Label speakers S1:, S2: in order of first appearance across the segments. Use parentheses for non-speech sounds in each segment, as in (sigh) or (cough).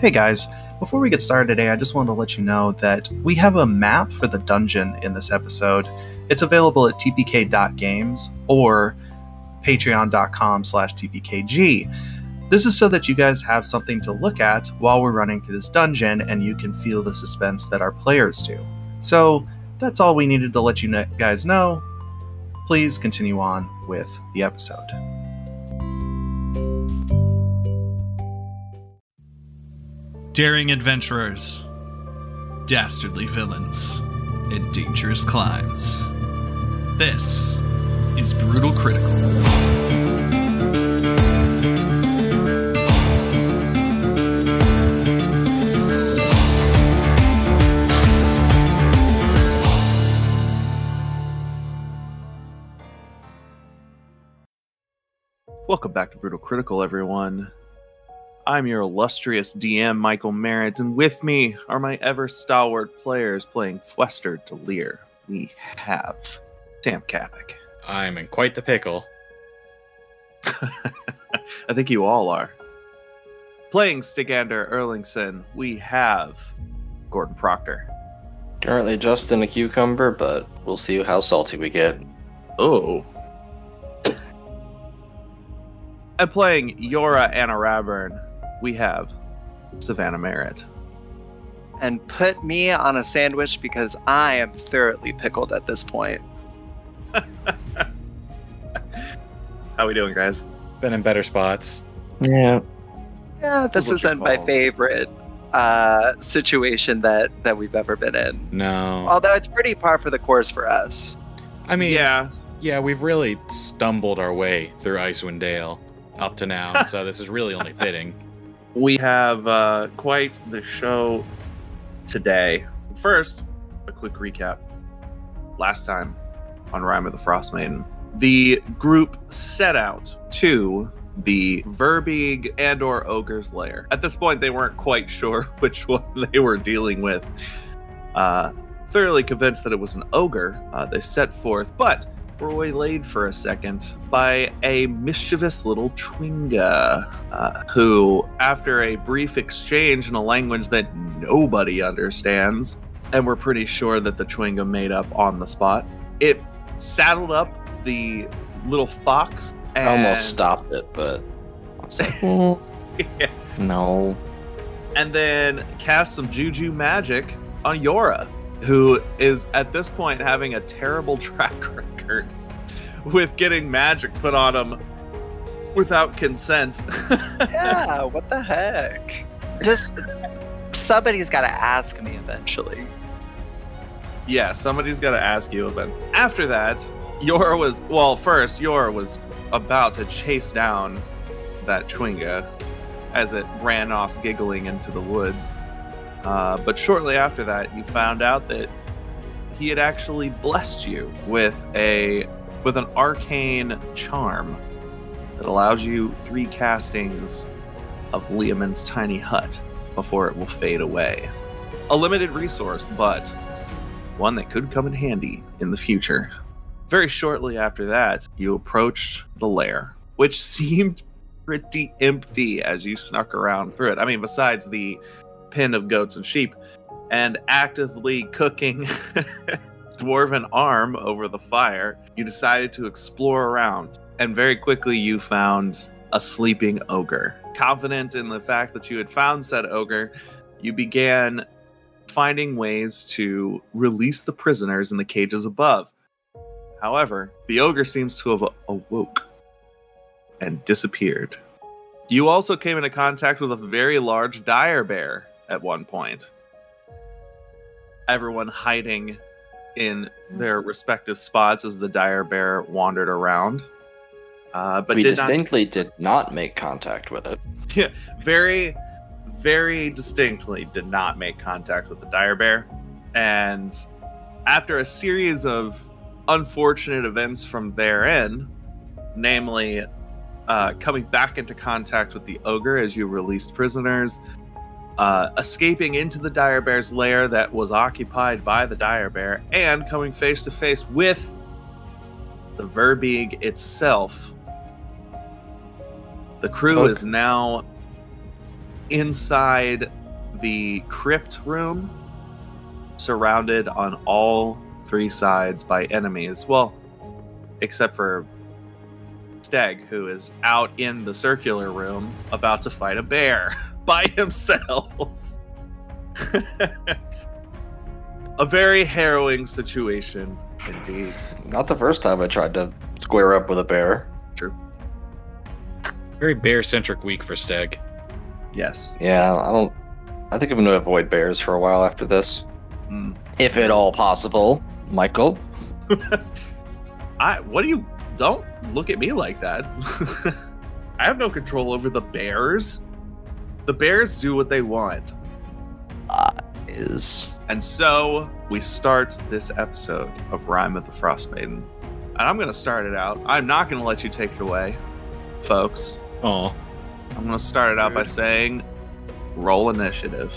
S1: Hey guys, before we get started today, I just wanted to let you know that we have a map for the dungeon in this episode. It's available at tpk.games or patreon.com slash tpkg. This is so that you guys have something to look at while we're running through this dungeon and you can feel the suspense that our players do. So that's all we needed to let you kn- guys know. Please continue on with the episode.
S2: daring adventurers, dastardly villains, and dangerous climbs. This is Brutal Critical.
S1: Welcome back to Brutal Critical, everyone. I'm your illustrious DM, Michael Merritt, and with me are my ever stalwart players playing Fwester to Lear. We have Sam Kavik.
S3: I'm in quite the pickle.
S1: (laughs) I think you all are. Playing Stigander Erlingson, we have Gordon Proctor.
S4: Currently just in a cucumber, but we'll see how salty we get.
S1: Oh. And playing Yora Anna Raburn, we have Savannah Merritt.
S5: and put me on a sandwich because I am thoroughly pickled at this point.
S1: How we doing, guys?
S3: Been in better spots.
S4: Yeah.
S5: Yeah,
S3: This is what
S5: this
S3: you
S5: isn't my
S3: call-
S5: favorite uh, situation that that we've ever been in.
S1: Hmm.
S3: No.
S5: Although it's pretty par for the course
S1: (laughs)
S5: for us.
S3: I mean, yeah.
S1: yeah,
S3: yeah, we've really stumbled our way through Icewind Dale up to now, so this is really only fitting.
S1: we have uh, quite the show today. First, a quick recap. Last time on Rhyme of the Frost Maiden, the group set out to the Verbeeg and or Ogre's Lair. At this point, they weren't quite sure (laughs) which one they were dealing with. Uh, thoroughly convinced that it was an ogre, uh, they set forth, but were waylaid for a second by a mischievous little Twinga uh, who, after a brief exchange in a language that nobody understands, and we're pretty sure that the Chewinga made up on the spot, it saddled up the little fox. And,
S4: I almost stopped it, but I was like, "Mm,
S1: (laughs) Yeah.
S4: (laughs) no.
S1: and then cast some juju magic on Yora, who is at this point having a terrible (laughs) track record with getting magic put on him without consent. (laughs)
S5: Yeah, what the heck? Just somebody's got to ask me eventually.
S1: Yeah, somebody's got to ask you about. After that, Yor was well. First, Yor was about to chase down that Twinga as it ran off giggling into the woods. Uh, but shortly after that, you found out that he had actually blessed you with a with an arcane charm that allows you three castings of Liamin's tiny hut before it will fade away. A limited resource, but one that could come in handy in the future. Very shortly after that, you approached the lair, which (laughs) seemed pretty empty as you snuck around through it. I mean, besides the pen of goats and sheep, and actively cooking (laughs) dwarven arm over the fire, you decided to explore around, and very quickly you found a sleeping ogre. Confident in the fact that you had found said ogre, you began finding ways to release the prisoners in the cages above. However, the ogre seems to have awoke and disappeared. You also came into contact with a very large dire bear at one point. Everyone hiding in their respective spots as the dire bear wandered around. Uh, but
S4: we
S1: did not
S4: distinctly did not make contact with it.
S1: very, very distinctly did not make contact with the dire bear. And after a series of unfortunate events from therein, namely uh, coming back into contact with the ogre as you released prisoners, uh, escaping into the dire bear's lair that was occupied by the dire bear, and coming face to face with the Verbeeg itself. The crew
S4: Okay.
S1: is now inside the crypt room, surrounded on all three sides by enemies. Well, except for Steg, who is out in the circular room about to fight a bear (laughs) by himself. (laughs) a very harrowing situation, indeed.
S4: Not the first time I tried to square up with a bear.
S3: Very bear centric week for Steg.
S1: Yes.
S4: Yeah, I don't. I think I'm going to avoid bears for a while after this,
S1: Mm.
S4: if at all possible. Michael,
S1: I. What do you? Don't look at me like that. (laughs) I have no control over the bears. The bears do what they want,
S4: is
S1: and so we start this episode of Rhyme of the Frost Maiden. And I'm gonna start it out. I'm not gonna let you take it away, folks.
S3: Oh,
S1: I'm gonna start it out by saying, roll initiative.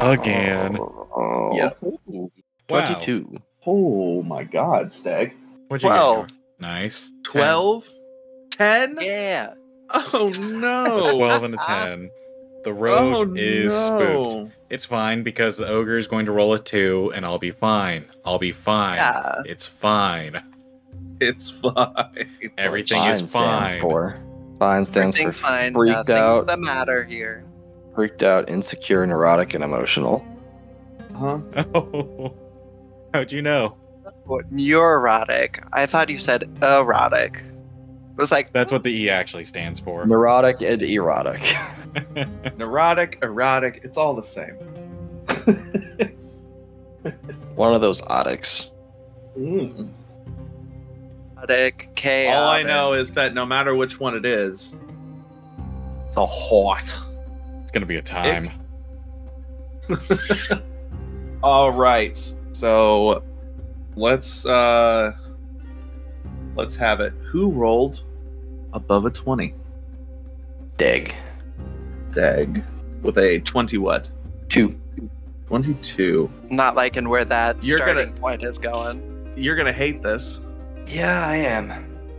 S3: again.
S4: Oh,
S1: Yep.
S3: Wow.
S4: twenty-two.
S1: Oh my God, Stag.
S3: What'd you
S5: Twelve.
S3: get? Noah? Nice.
S1: 12? 10?
S5: Yeah.
S1: Oh
S3: Ten. A
S1: no.
S3: Twelve and a ten. (laughs) The
S1: Oh
S3: rogue is spooked.
S1: no.
S3: It's fine because the ogre is going to roll a two, and I'll be fine. I'll be fine.
S5: Yeah.
S3: It's fine.
S1: It's fine.
S3: Everything
S4: fine
S3: is fine.
S4: stands for. Fine stands
S5: Everything's
S4: for
S5: fine.
S4: freaked
S5: Nothing's
S4: out,
S5: the uh, matter here.
S4: freaked out, insecure, neurotic, and emotional.
S1: Huh?
S3: Oh, (laughs) how'd you know?
S5: What- You're erotic. I thought you said erotic. It was like
S3: That's what the E actually stands for.
S4: Neurotic and erotic. (laughs)
S1: Neurotic, erotic, it's all the same.
S4: One of those otics.
S5: erotic chaotic.
S3: uh,
S1: All I know is that no matter which one it is, it's a hot.
S3: It's gonna be a time.
S1: All right. So let's uh let's have it. Who rolled above a 20?
S4: Dig.
S1: Dag. With a 20 what?
S4: Two.
S1: 22.
S5: Not liking where that
S1: You're gonna-
S5: starting point is going.
S1: You're going to hate this.
S4: Yeah, I am.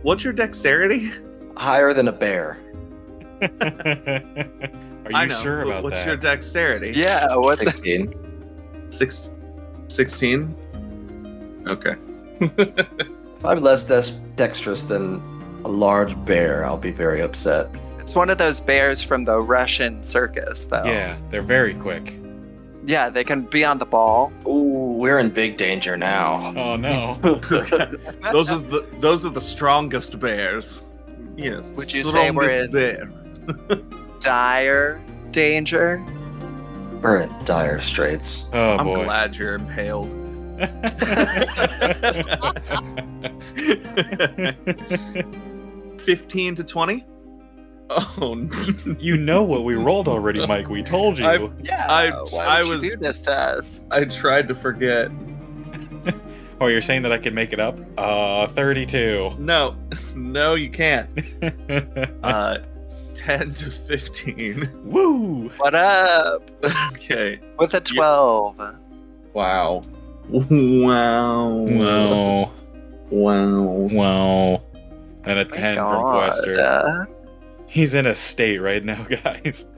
S1: What's your dexterity?
S4: Higher than a bear.
S3: Are you
S1: I know,
S3: sure
S1: but
S3: about
S1: what's
S3: that?
S1: your dexterity?
S5: Yeah. What? The,
S4: Sixteen.
S1: Six, 16? Okay.
S5: (laughs)
S4: If I'm less des- dexterous than a large bear, I'll be very upset.
S5: it's one of those bears from the Russian circus, though.
S3: Yeah, they're very quick.
S5: Yeah. They can be on the ball.
S4: Ooh, we're in big danger now.
S1: (laughs)
S3: Oh no.
S1: those are the those are the strongest bears. Yes.
S5: Would you say we're
S1: strongest
S5: in-
S1: bear.
S5: dire danger.
S4: We're in dire straits.
S3: Oh
S1: I'm
S3: boy.
S1: glad you're impaled. Fifteen to twenty. Oh,
S3: (laughs)
S1: (laughs)
S3: you know what we rolled already, Mike. We told you.
S1: I've-
S5: Yeah.
S1: I-
S5: why would
S1: I
S5: you
S1: was-
S5: do this to us.
S1: I tried to forget.
S3: Oh, you're saying that I can make it up? Uh, 32.
S1: No, (laughs) no, you can't. Uh, ten to fifteen.
S3: (laughs)
S1: (laughs)
S3: Woo!
S5: What up?
S1: Okay.
S5: With a twelve.
S1: Wow. Wow.
S3: Wow.
S1: Wow.
S3: Wow. And a 10 from
S5: God,
S3: Quester.
S5: uh,
S3: He's in a state right now, (laughs) guys.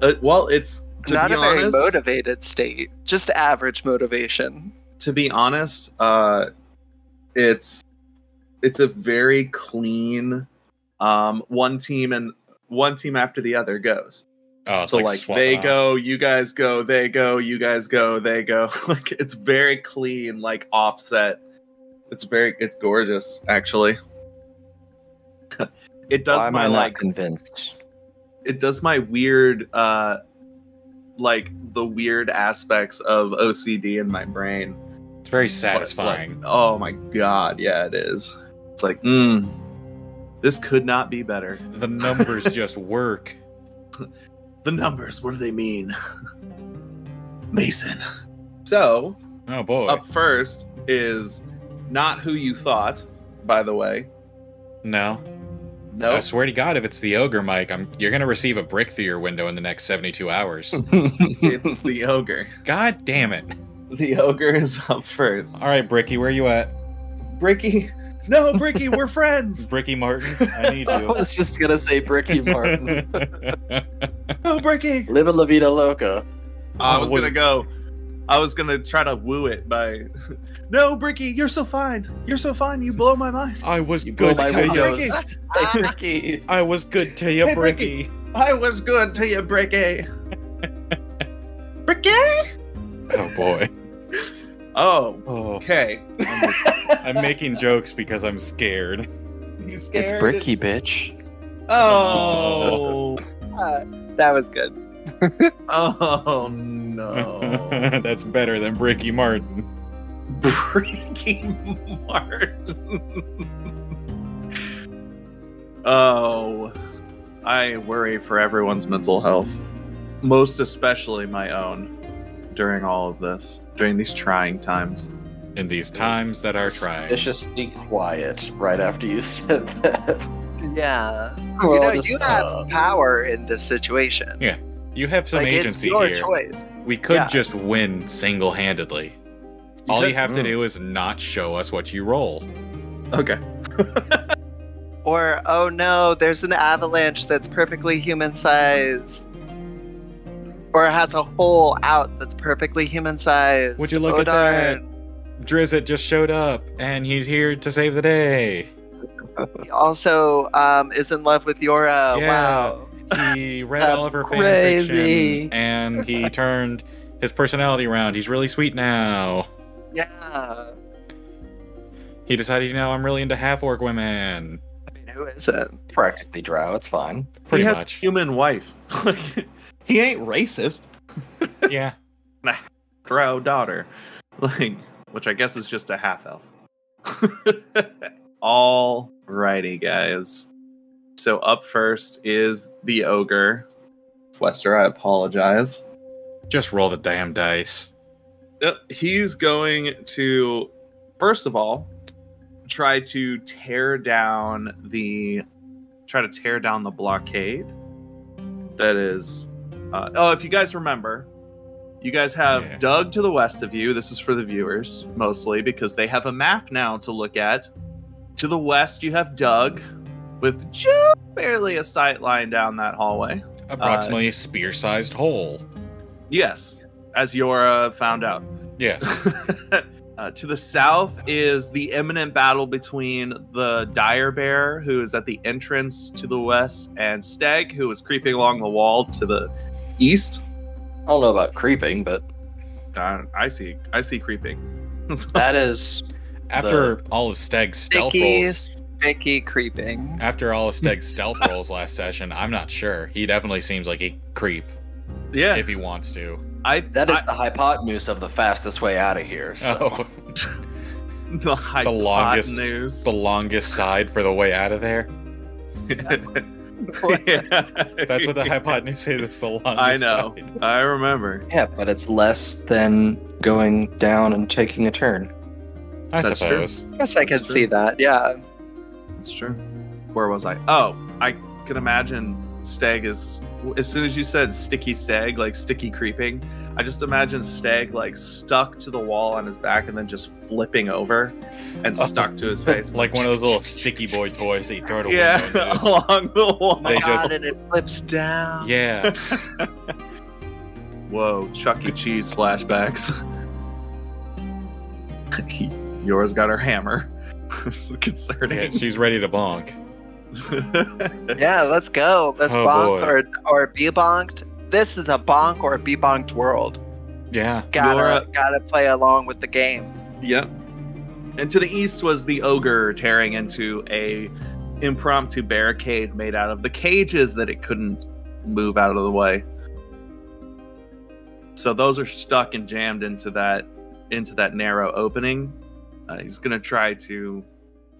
S1: Uh, well, it's to
S5: not
S1: be
S5: a very
S1: honest,
S5: motivated state. Just average motivation.
S1: to be honest, uh, it's it's a very clean um, one team and one team after the other goes.
S3: Oh, it's
S1: So
S3: like,
S1: like,
S3: swapping
S1: they
S3: off.
S1: go, you guys go, they go, you guys go, they go. (laughs) like it's very clean, like offset. It's very it's gorgeous actually. (laughs) it does
S4: Why am
S1: my
S4: I not
S1: like
S4: (laughs) convinced?
S1: it does my weird uh like the weird aspects of OCD in my brain.
S3: It's very
S1: What-
S3: satisfying.
S1: what- oh my god, yeah, it is. It's like, mm, this could not be better.
S3: The (laughs) numbers just work.
S1: The numbers, what do they mean? (laughs) Mason. So,
S3: Oh boy.
S1: up first is not who you thought, by the way.
S3: no.
S1: No.
S3: (laughs) I swear to God, if it's the ogre, Mike, I'm, you're going to receive a brick through your window in the next 72 hours.
S1: It's the ogre.
S3: God damn it.
S1: The ogre is up first.
S3: All right, Bricky, where you at?
S1: Bricky. No, Bricky, we're
S3: (laughs)
S1: friends.
S3: Bricky Martin, I need
S4: I
S3: you.
S4: (laughs) was just gonna say Bricky Martin.
S1: No breaking.
S4: Live a La Vida Loca.
S1: I
S3: Oh,
S1: was
S3: was-
S1: gonna go. I was gonna try to woo it by, (laughs) no, Bricky, you're so fine. You're so fine. You blow my mind.
S3: (laughs) I was
S4: Go
S3: good
S4: by
S3: to you.
S4: (laughs) windows. Ricky.
S3: I was good to you,
S1: Hey, Ricky.
S3: Bricky.
S1: I was good to you, Bricky. Bricky.
S3: Oh boy.
S1: Oh,
S3: (laughs) Oh,
S1: okay.
S3: I'm making jokes because I'm scared.
S1: You scared?
S4: It's Bricky, bitch.
S1: Oh.
S5: Ah, that was good.
S1: (laughs) Oh no.
S3: (laughs) That's better than Bricky Martin.
S1: Breaking (laughs) Martin. oh, I worry for everyone's mental health, most especially my own, during all of this, during these trying times.
S3: In these times that are trying.
S4: Suspiciously quiet right after you (laughs) said that.
S5: Yeah.
S4: We're all
S5: you know,
S4: just,
S5: you
S4: uh,
S5: have power in this situation.
S3: Yeah, You have some
S5: like, it's
S3: agency
S5: your
S3: here.
S5: choice.
S3: We could
S5: Yeah.
S3: just win single handedly. All
S1: could-
S3: you have to
S1: Mm.
S3: do is not show us what you roll.
S1: Okay.
S5: Or, oh no, there's an avalanche that's perfectly human size. Or has a hole out that's perfectly human size.
S3: Would you look
S5: oh,
S3: at that?
S5: darn.
S3: Drizzt just showed up, and he's here to save the day.
S5: He also um, is in love with Yora.
S3: Yeah.
S5: Wow.
S1: (laughs)
S3: He read
S4: That's
S3: all of her fan
S4: crazy.
S3: fiction, and he turned his personality around. He's really sweet now.
S5: Yeah.
S3: He decided, you know, I'm really into half orc women.
S5: I mean, who isn't?
S4: Practically drow. It's fine.
S3: Pretty
S1: he had
S3: much.
S1: a human wife. (laughs) Like, he ain't racist.
S3: yeah.
S1: (laughs) Drow daughter. Like, which I guess is just a half elf. (laughs) Alrighty, guys. So up first is the ogre. Fwester, I apologize.
S3: Just roll the damn dice.
S1: Yep, he's going to first of all try to tear down the try to tear down the blockade that is uh, oh if you guys remember you guys have
S3: Yeah.
S1: dug to the west of you this is for the viewers mostly because they have a map now to look at to the west you have dug with just barely a sight line down that hallway
S3: Approximately a spear sized hole.
S1: yes as yora found out
S3: Yes.
S1: (laughs) Uh, to the south is the imminent battle between the dire bear, who is at the entrance to the west, and Stag, who is creeping along the wall to the east.
S4: I don't know about creeping, but
S3: (laughs)
S1: I, I see, I see creeping.
S4: that is
S3: After all of Steg's stealth
S5: Sticky,
S3: rolls. (laughs)
S5: sticky creeping.
S3: After all of Steg's stealth rolls last session, I'm not sure. He definitely seems like he creep
S1: yeah,
S3: if he wants to.
S1: I (laughs)
S4: that is the hypotenuse of the fastest way out of here. So.
S3: Oh,
S1: I, the,
S3: the longest-
S1: news. (laughs)
S3: the longest side for the way out of there. That's what the hypotenuse is. It's the longest.
S1: I know. (laughs)
S3: side.
S1: I remember.
S4: Yeah, but it's less than going down and taking a turn.
S3: I
S1: That's true.
S3: suppose.
S5: Yes, I
S1: That's
S5: can
S1: true.
S5: see that. Yeah.
S1: That's true. Where was I? Oh, I can imagine Stag is. As soon as you said sticky Stag, like sticky creeping, I just imagine Stag like stuck to the wall on his back and then just flipping over and
S3: Oh.
S1: stuck to his face.
S3: Like (laughs) one of those little sticky boy toys that you throw at a
S1: yeah,
S3: window. and you
S1: (laughs) along the wall.
S3: They
S5: Oh God,
S3: just-
S5: and it flips down.
S3: just-
S1: (laughs)
S3: yeah.
S1: Whoa, Chuck E. Cheese flashbacks. (laughs) Yours got her hammer. (laughs) this is
S3: yeah.
S1: concerning.
S3: She's ready to bonk.
S1: (laughs)
S5: Yeah, let's go. Let's
S3: Oh,
S5: bonk
S3: boy.
S5: or or be bonked. This is a bonk or be bonked world.
S3: Yeah.
S5: Gotta gotta play along with the game.
S1: Yep. And to the east was the ogre tearing into a impromptu barricade made out of the cages that it couldn't move out of the way. So those are stuck and jammed into that into that narrow opening. Uh, he's gonna try to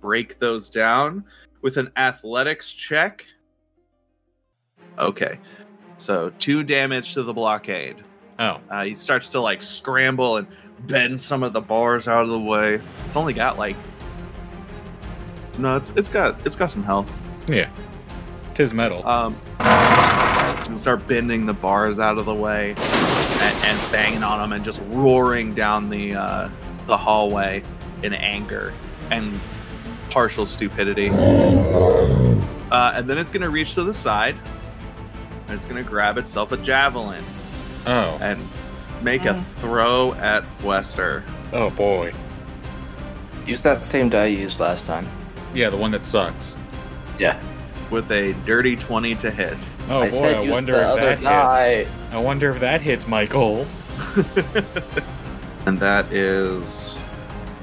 S1: break those down with an athletics check. Okay, so two damage to the blockade.
S3: Oh.
S1: Uh, he starts to like scramble and bend some of the bars out of the way. It's only got like no, it's it's got it's got some health.
S3: Tis metal.
S1: Um, he's gonna start bending the bars out of the way and, and banging on them and just roaring down the uh, the hallway in anger and partial stupidity. Uh, and then it's gonna reach to the side. It's gonna grab itself a javelin
S3: Oh.
S1: and make a throw at Fwester.
S3: Oh boy.
S4: Use that same die you used last time.
S3: Yeah, the one that sucks.
S4: Yeah.
S1: with a dirty 20 to hit.
S3: Oh
S4: I
S3: boy,
S4: said
S3: I
S4: use
S3: wonder
S4: the
S3: if
S4: other
S3: that
S4: die.
S3: hits. I wonder if that hits Michael.
S1: And that is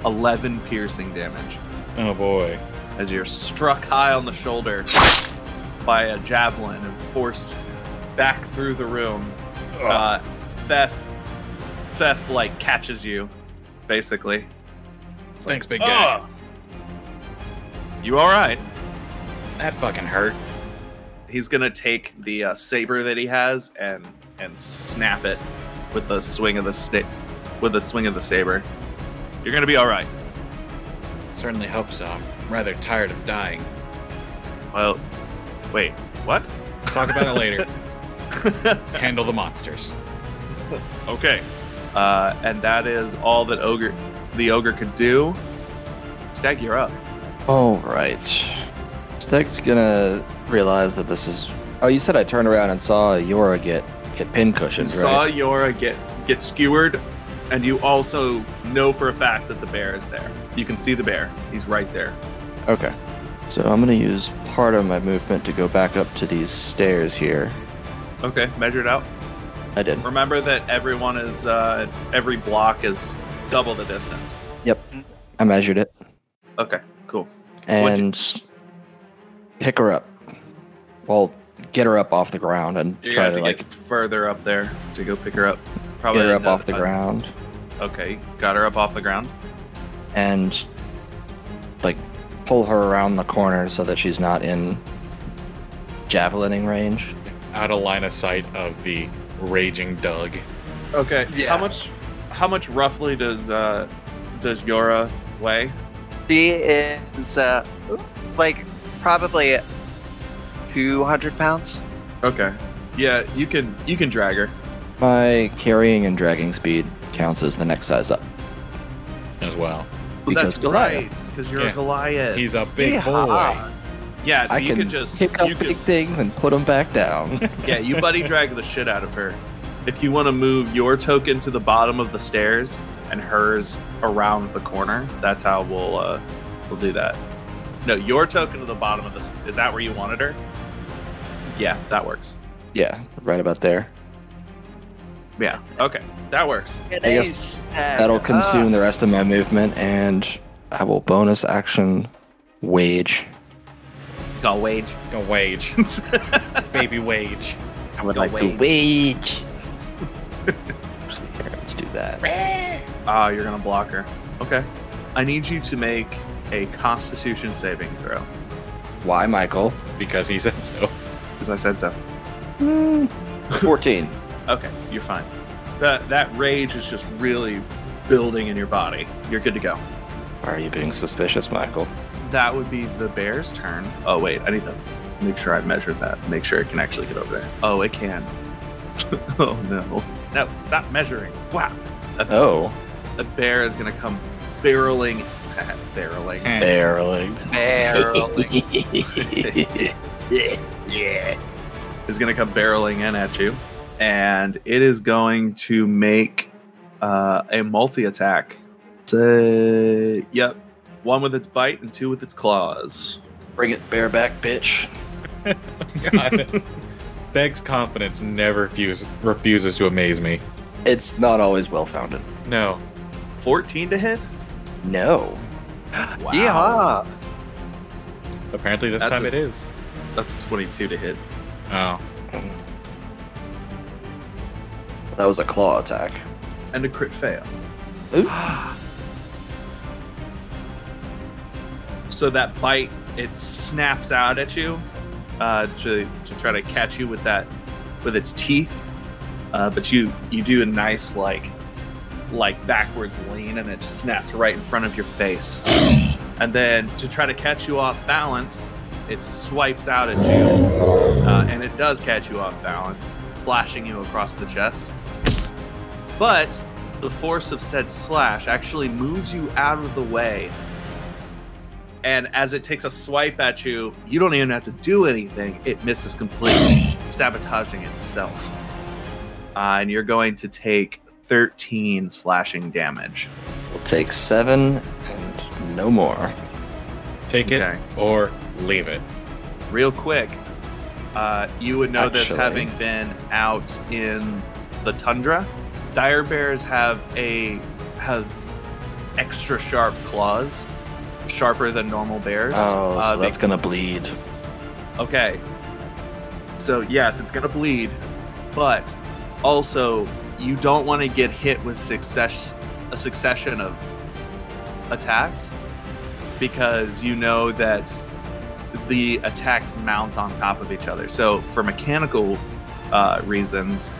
S1: 11 piercing damage
S3: Oh boy.
S1: as you're struck high on the shoulder by a javelin and forced back through the room.
S3: Oh.
S1: Uh, Theth, Theth, like, catches you, basically.
S3: Thanks, big
S1: Ah! You alright?
S3: That fucking hurt.
S1: He's gonna take the uh, saber that he has and and snap it with the swing of the sta- with the swing of the saber. You're gonna be all right.
S3: Certainly hope so. I'm rather tired of dying.
S1: Well, wait, what?
S3: Talk about it later. Handle the monsters.
S1: Okay. Uh, and that is all that ogre, the ogre could do. Stag, you're up.
S4: All right. Steg's gonna realize that this is. Oh, you said I turned around and saw Yora get get
S1: You
S4: pincushioned,
S1: saw
S4: right?
S1: Yora get get skewered, and you also know for a fact that the bear is there. You can see the bear. He's right there.
S4: Okay. So I'm gonna use part of my movement to go back up to these stairs here.
S1: Okay, measure it out.
S4: I did.
S1: Remember that everyone is uh, every block is double the distance.
S4: I measured it
S1: Okay, cool. What'd you-
S4: and s- pick her up. Well, get her up off the ground and
S1: You're
S4: try
S1: gonna have
S4: to,
S1: to,
S4: like
S1: get uh, further up there to go pick her up. Probably
S4: get her up off the
S1: another-
S4: ground
S1: Okay, got her up off the ground.
S4: and like pull her around the corner so that she's not in javelining range.
S3: Out of line of sight of the raging Doug.
S1: Okay.
S5: Yeah.
S1: How much? How much roughly does uh, does Yora weigh?
S5: She is uh, like probably 200 pounds.
S1: Okay. Yeah, you can you can drag her.
S4: My carrying and dragging speed counts as the next size up.
S3: As well.
S1: Well, that's
S4: Because Goliath.
S1: right, because you're
S3: Yeah.
S1: a Goliath.
S3: He's a big
S5: Yeehaw.
S3: boy.
S1: yeah, so
S4: I
S1: you
S4: can,
S1: can just
S4: pick up
S1: you
S4: big
S1: can,
S4: things and put them back down.
S1: yeah you buddy drag the shit out of her. If you want to move your token to the bottom of the stairs and hers around the corner, that's how we'll uh, we'll do that. No, your token to the bottom of this is that where you wanted her? Yeah, that works.
S4: yeah, right about there.
S1: Yeah. Okay, that works.
S4: guess That'll consume
S1: Ah.
S4: the rest of my movement, and I will bonus action wage.
S1: Go wage.
S3: Go wage. (laughs) Baby wage.
S4: I would
S1: Go
S4: like
S1: wage. (laughs)
S4: to wage. Actually, here, let's do that.
S1: Ah, you're gonna block her. Okay. I need you to make a Constitution saving throw,
S4: Why,
S1: (laughs)
S4: Michael?
S3: Because he said so.
S1: because I said so.
S4: 14.
S1: Okay, you're fine. That that rage is just really building in your body. You're good to go.
S4: Why are you being suspicious, Michael?
S1: That would be the bear's turn. Oh wait, I need to make sure I measured that. Make sure it can actually get over there. Oh, it can. (laughs) oh no. No, stop measuring. Wow.
S4: Oh,
S1: The bear is gonna come barreling, (laughs) barreling.
S4: barreling.
S1: (laughs)
S5: barreling.
S1: is going to come barreling in at you, and it is going to make uh, a multi attack. Yep, one with its bite and two with its claws.
S4: (laughs) Bring it bareback, bitch.
S3: God. Steg's confidence never fuse, refuses to amaze me.
S4: It's not always well founded.
S3: No.
S1: Fourteen to hit.
S4: No.
S1: Wow,
S5: Yeehaw.
S3: Apparently this
S1: That's
S3: time
S1: a-
S3: it is.
S1: that's a twenty-two to hit.
S3: Oh.
S4: That was a claw attack.
S1: And a crit fail.
S4: Ooh.
S1: so that bite, it snaps out at you uh, to, to try to catch you with that with its teeth. Uh, but you you do a nice like like backwards lean, and it snaps right in front of your face. and then to try to catch you off balance, it swipes out at you, uh, and it does catch you off balance, slashing you across the chest. But the force of said slash actually moves you out of the way And as it takes a swipe at you, you don't even have to do anything. It misses
S4: (clears throat)
S1: completely, sabotaging itself. Uh, and you're going to take 13 slashing damage.
S4: We'll take seven and no more.
S3: Take it
S1: Okay.
S3: or leave it.
S1: real quick, uh, you would know this
S4: Actually.
S1: having been out in the tundra. Dire bears have a have extra sharp claws, sharper than normal bears.
S4: Oh,
S1: Uh,
S4: so
S1: they-
S4: that's gonna bleed.
S1: Okay. So yes, it's gonna bleed, but also you don't want to get hit with success a succession of attacks because you know that the attacks mount on top of each other. So for mechanical uh, reasons,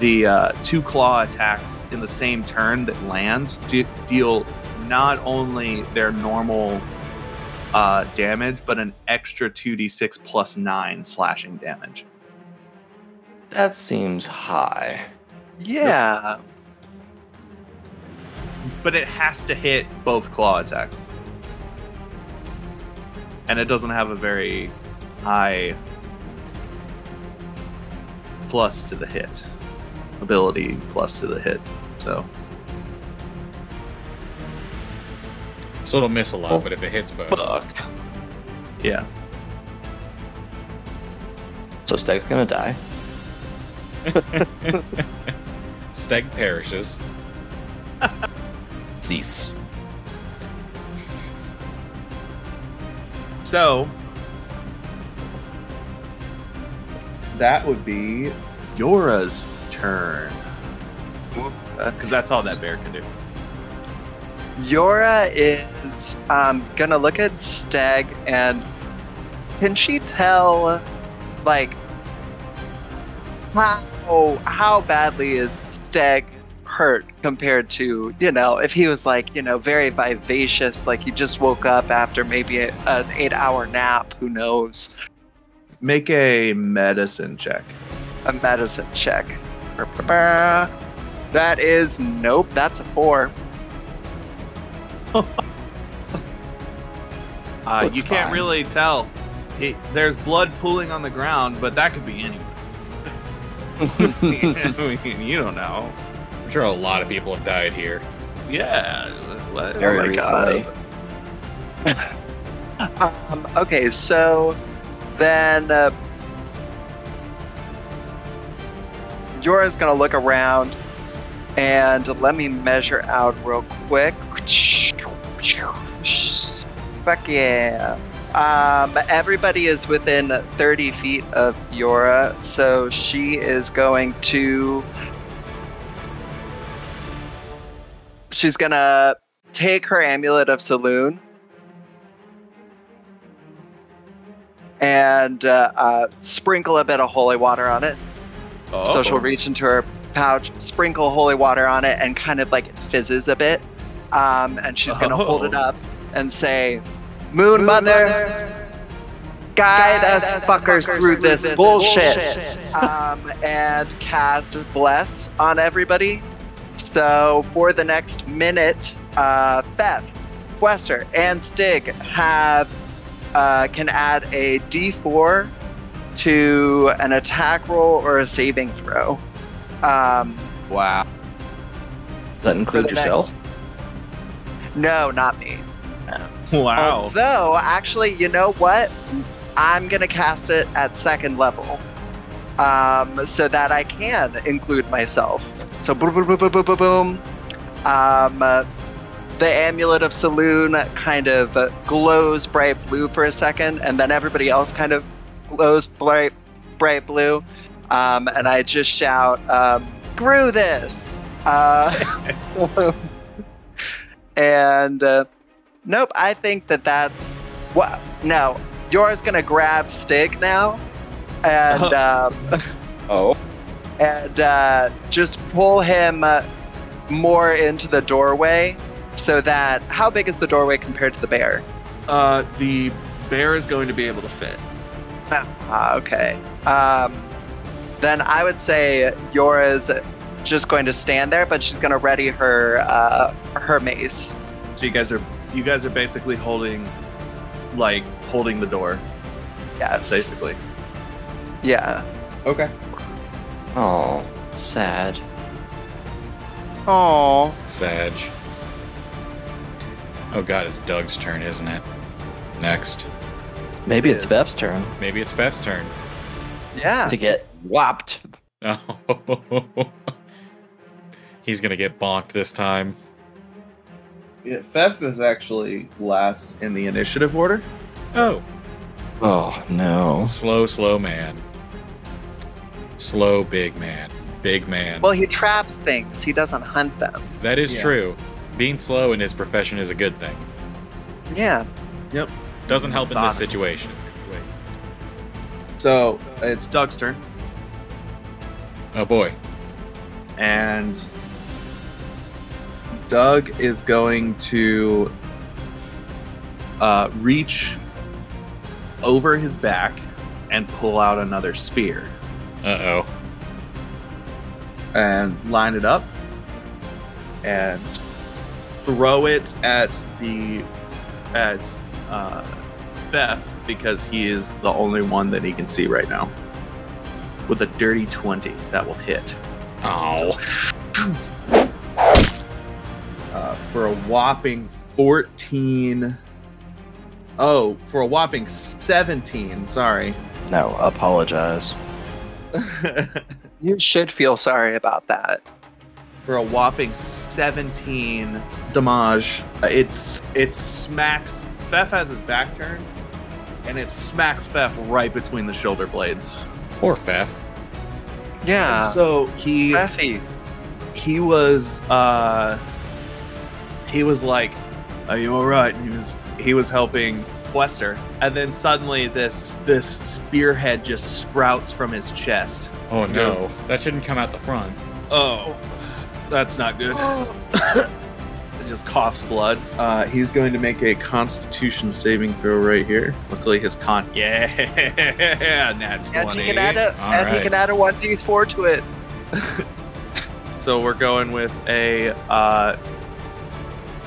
S1: the uh, two claw attacks in the same turn that land de- deal not only their normal uh, damage, but an extra 2d6 plus 9 slashing damage.
S4: That seems high.
S5: Yeah.
S1: But it has to hit both claw attacks. And it doesn't have a very high plus to the hit. Ability plus to the hit. So,
S3: So it'll miss a lot,
S4: Oh.
S3: uh, but if it hits both,
S4: Fuck.
S1: yeah.
S4: So Steg's gonna die.
S3: Steg perishes.
S4: Cease.
S1: So, that would be Yora's turn. Because that's all that bear can do.
S5: Yora is um, gonna look at Stag and can she tell, like, how how badly is Stag hurt compared to you know if he was like you know very vivacious, like he just woke up after maybe a, an eight-hour nap, who knows?
S1: Make a medicine check.
S5: A medicine check. Ba-ba-ba. That is nope. That's a four.
S1: Uh,
S4: Looks
S1: you can't
S4: fine.
S1: really tell. It, there's blood pooling on the ground, but that could be
S4: (laughs)
S1: anyone. (laughs) I mean, you don't know.
S3: I'm sure a lot of people have died here.
S1: Yeah. what-
S4: Very
S1: oh my
S4: recently.
S1: God.
S5: Um, okay, so then uh, Yora's gonna look around and let me measure out real quick. Fuck yeah. Um, everybody is within 30 feet of Yora, so she is going to. She's gonna take her amulet of Saloon and uh, uh, sprinkle a bit of holy water on it.
S1: Oh.
S5: So she'll reach into her pouch, sprinkle holy water on it, and kind of like it fizzes a bit. Um, and she's gonna hold it
S1: Oh.
S5: up and say, "Moon, mother, guide, us, fuckers through, this, bullshit." um, and cast bless on everybody. So for the next minute, uh, Bev, Wester, and Stig have uh, can add a D4 to an attack roll or a saving throw. Um,
S1: Wow.
S4: Does that include
S5: the
S4: yourself?
S5: no, not me.
S1: (laughs) Wow.
S5: Though, actually, you know what? I'm gonna cast it at second level, um, so that I can include myself. So boom, boom, boom, boom, boom, boom. boom. Um, uh, the amulet of Saloon kind of uh, glows bright blue for a second, and then everybody else kind of glows bright, bright blue. Um, and I just shout, um, "Grew this!" Uh, (laughs) and uh, Nope, I think that that's what. No, yours gonna grab Stig now, and um,
S4: Oh.
S5: and uh, just pull him uh, more into the doorway, so that how big is the doorway compared to the bear?
S1: Uh, the bear is going to be able to fit.
S5: Ah, okay. Um, then I would say Yora's just going to stand there, but she's gonna ready her uh, her mace.
S1: So you guys are you guys are basically holding like holding the door,
S5: Yes.
S1: basically.
S5: Yeah.
S1: Okay.
S4: Oh, sad.
S5: Oh.
S3: Sag. Oh god, it's Doug's turn, isn't it? Next.
S4: Maybe it's
S1: Yes.
S4: Vep's turn
S3: Maybe it's Fef's turn.
S5: Yeah.
S4: to get whopped.
S3: Oh. (laughs) He's gonna get bonked this time.
S1: Yeah, Thef is actually last in the initiative order.
S3: Oh.
S4: Oh no.
S3: Slow, slow man. Slow, big man. Big man.
S5: Well, he traps things. He doesn't hunt them.
S3: that is
S1: yeah.
S3: true. Being slow in his profession is a good thing.
S5: Yeah.
S3: Doesn't help in this
S1: Methodical.
S3: situation.
S1: So it's Doug's turn,
S3: Oh boy.
S1: and Doug is going to uh, reach over his back and pull out another spear
S3: Uh oh.
S1: and line it up and throw it at the at uh, Thef because he is the only one that he can see right now. With a dirty twenty, that will hit.
S3: Oh.
S1: uh, for a whopping 14. Oh, for a whopping 17. Sorry. (laughs)
S4: No, apologize.
S5: You should feel sorry about that.
S1: for a whopping 17 damage. Uh, It's it smacks. Fef has his back turned, and it smacks Fef right between the shoulder blades.
S3: Poor Fef.
S5: Yeah. Ah.
S1: And so he
S5: Effie.
S1: he was uh he was like are you all right and he was he was helping Fwester and then suddenly this this spearhead just sprouts from his chest
S3: Oh no.
S1: Goes-
S3: That shouldn't come out the front.
S1: oh that's not good It just coughs blood uh he's going to make a constitution saving throw right here luckily his con (laughs) yeah nat 20
S5: And he can add a
S3: All
S5: and
S3: right.
S5: he can add a one d four to it.
S1: So we're going with a uh,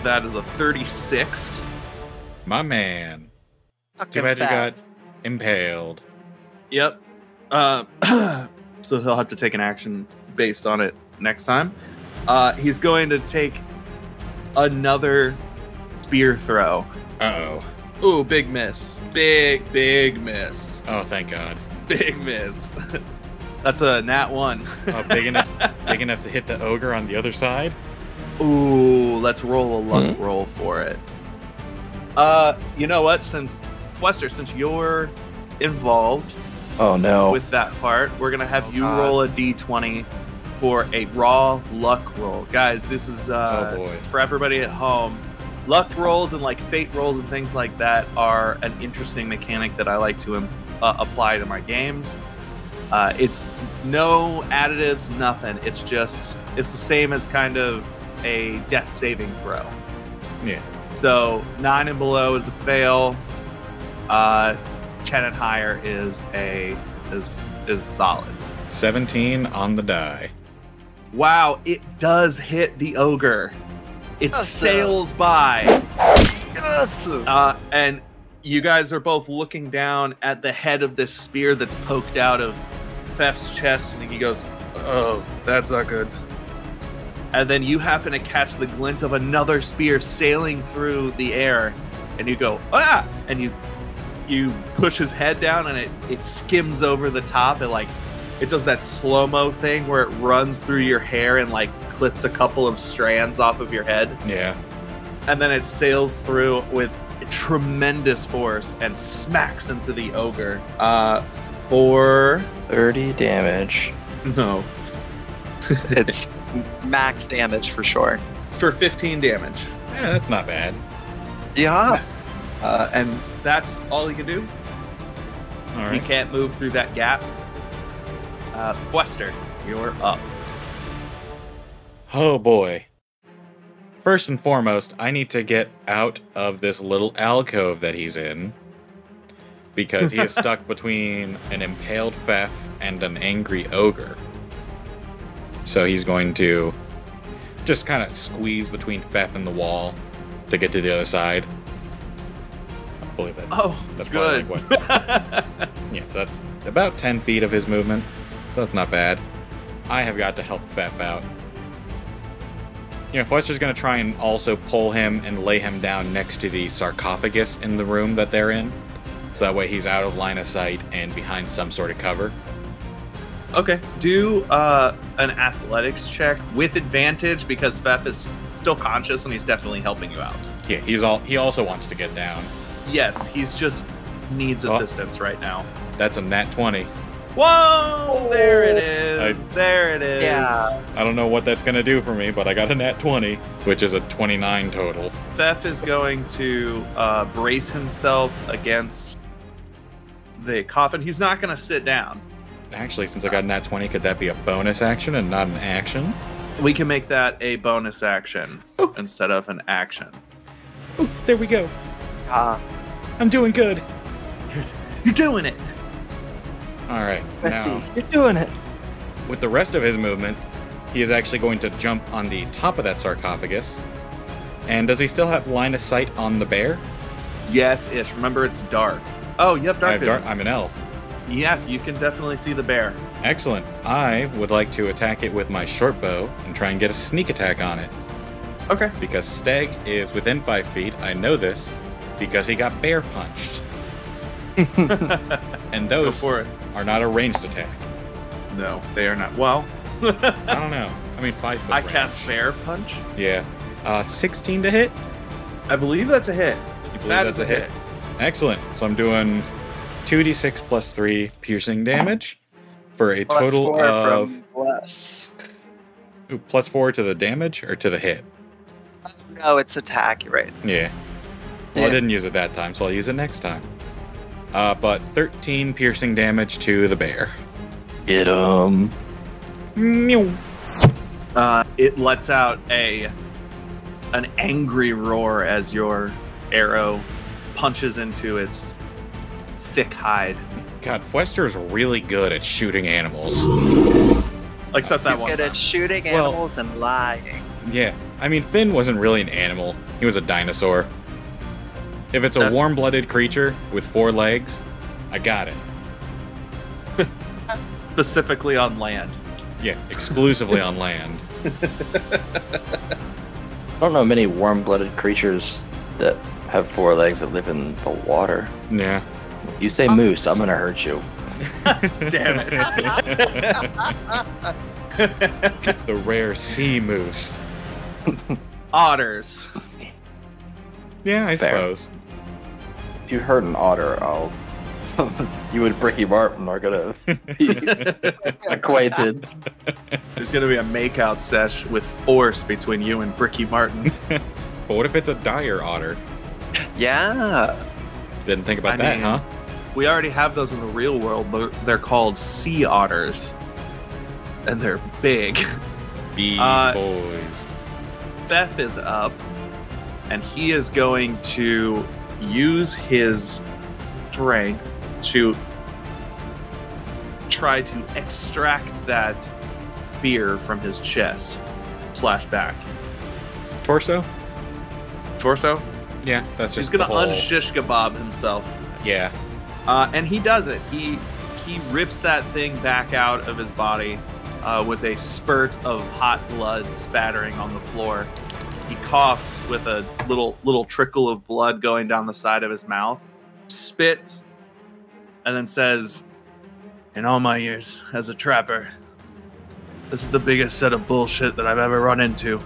S1: that is a 36.
S3: My man. Too
S5: Fucking
S3: bad you
S5: fat.
S3: got impaled.
S1: Yep. Uh, (clears throat) so he'll have to take an action based on it next time. Uh, he's going to take another spear throw.
S3: Uh oh.
S1: Ooh, big miss. Big, big miss.
S3: Oh, thank God.
S1: Big miss. (laughs) That's a nat one.
S3: Oh, big enough, big enough to hit the ogre on the other side.
S1: Ooh, let's roll a luck roll for it. Uh, you know what? Since Wester, since you're involved
S4: Oh no.
S1: with that part, we're gonna have
S5: Oh,
S1: you
S5: God.
S1: roll a d20 for a raw luck roll, guys. This is uh,
S3: oh boy.
S1: for everybody at home. Luck rolls and like fate rolls and things like that are an interesting mechanic that I like to um, uh, apply to my games. Uh, it's no additives, nothing. It's just it's the same as kind of a death saving throw.
S3: Yeah.
S1: So nine and below is a fail. Uh, Ten and higher is a is is solid.
S3: Seventeen on the die.
S1: Wow, it does hit the ogre. It
S5: Awesome.
S1: sails by.
S5: Yes.
S1: Uh, and you guys are both looking down at the head of this spear that's poked out of Fef's chest, and he goes, Oh, that's not good. And then you happen to catch the glint of another spear sailing through the air, and you go, Ah! And you you push his head down, and it, it skims over the top. It like it does that slow mo thing where it runs through your hair and like clips a couple of strands off of your head
S3: Yeah.
S1: and then it sails through with tremendous force and smacks into the ogre uh, for
S4: 30 damage.
S1: no
S5: it's max damage for sure.
S1: for 15 damage
S3: Yeah, that's not bad.
S5: Yeah.
S1: uh, and that's all he can do
S3: All
S1: he
S3: right.
S1: can't move through that gap uh, fwester you're up
S3: Oh boy. First and foremost, I need to get out of this little alcove that he's in because (laughs) he is stuck between an impaled Fef and an angry ogre. So he's going to just kind of squeeze between Fef and the wall to get to the other side. believe that.
S1: Oh,
S3: That's
S1: good.
S3: probably like (laughs) Yeah, so that's about 10 feet of his movement. So that's not bad. I have got to help Feff out. You know, Fletcher's going to try and also pull him and lay him down next to the sarcophagus in the room that they're in. So that way he's out of line of sight and behind some sort of cover.
S1: okay, do uh, an athletics check with advantage because Fef is still conscious and he's definitely helping you out.
S3: Yeah, he's all he also wants to get down.
S1: Yes, he's just needs
S3: Oh.
S1: assistance right now.
S3: That's a nat 20.
S1: Whoa! There it is. there it is.
S5: Yeah.
S3: I don't know what that's going to do for me, but I got a nat 20, which is a 29 total.
S1: Thef is going to uh, brace himself against the coffin. He's not going to sit down.
S3: Actually, since I got a nat 20, could that be a bonus action and not an action?
S1: We can make that a bonus action instead of an action.
S3: Ooh, there we go.
S5: Uh,
S3: I'm doing good.
S1: You're doing it.
S3: All right.
S4: Rusty,
S3: Now,
S4: you're doing it.
S3: with the rest of his movement, he is actually going to jump on the top of that sarcophagus. And does he still have line of sight on the bear?
S1: Yes, ish. Remember, it's dark. Oh, yep,
S3: I
S1: dark
S3: have
S1: vision.
S3: dar- I'm an elf.
S1: Yeah, you can definitely see the bear.
S3: Excellent. I would like to attack it with my short bow and try and get a sneak attack on it.
S1: Okay.
S3: Because Stag is within five feet. I know this because he got bear
S1: (laughs)
S3: punched. and
S1: Go
S3: those
S1: for it.
S3: are not a ranged attack.
S1: No, they are not. Well,
S3: I don't know. I mean, five foot.
S1: I
S3: range.
S1: cast bear punch.
S3: Yeah. Uh, 16 to hit.
S1: I believe that's a hit.
S3: You believe
S1: That is
S3: that's
S1: a hit.
S3: Excellent. So I'm doing 2d6 plus 3 piercing damage for a
S5: plus
S3: total
S5: four
S3: of
S5: from bless.
S3: ooh, plus 4 to the damage or to the hit.
S5: No, it's attack. You're right.
S3: Yeah. Well, I
S5: Yeah.
S3: didn't use it that time, so I'll use it next time. Uh, but 13 piercing damage to the bear.
S4: Get him.
S3: Meow.
S1: Uh, it lets out a an angry roar as your arrow punches into its thick hide.
S3: God, Fwester is really good at shooting animals.
S1: Except that
S5: He's
S1: one.
S5: good at shooting
S3: Well-
S5: animals and lying.
S3: Yeah, I mean, Finn wasn't really an animal, he was a dinosaur. If it's a
S1: Uh,
S3: warm blooded creature with four legs, I got it.
S1: specifically on land.
S3: Yeah, exclusively on land.
S4: I don't know many warm-blooded creatures that have four legs that live in the water.
S3: Yeah.
S4: You say moose, I'm gonna hurt you.
S1: Damn it.
S3: The rare sea moose.
S1: Otters.
S3: Yeah, I
S4: Fair.
S3: suppose.
S4: If you hurt an otter, I'll. (laughs) you and Bricky Martin are gonna (laughs) be acquainted.
S1: There's gonna be a makeout sesh with force between you and Bricky Martin.
S3: But what if it's a dire otter?
S5: Yeah.
S3: Didn't think about
S1: I
S3: that,
S1: mean-
S3: huh?
S1: We already have those in the real world. They're, they're called sea otters, and they're big.
S3: B
S1: Uh,
S3: boys.
S1: Theth is up, and he is going to use his strength to try to extract that spear from his chest slash back
S3: Torso?
S1: torso.
S3: Yeah, that's
S1: He's
S3: just
S1: gonna
S3: the whole-
S1: unshish kebab himself,
S3: Yeah,
S1: uh, and he does it. He he rips that thing back out of his body uh, with a spurt of hot blood spattering on the floor. He coughs with a little little trickle of blood going down the side of his mouth, spits, and then says, "In all my years as a trapper, this is the biggest set of bullshit that I've ever run into."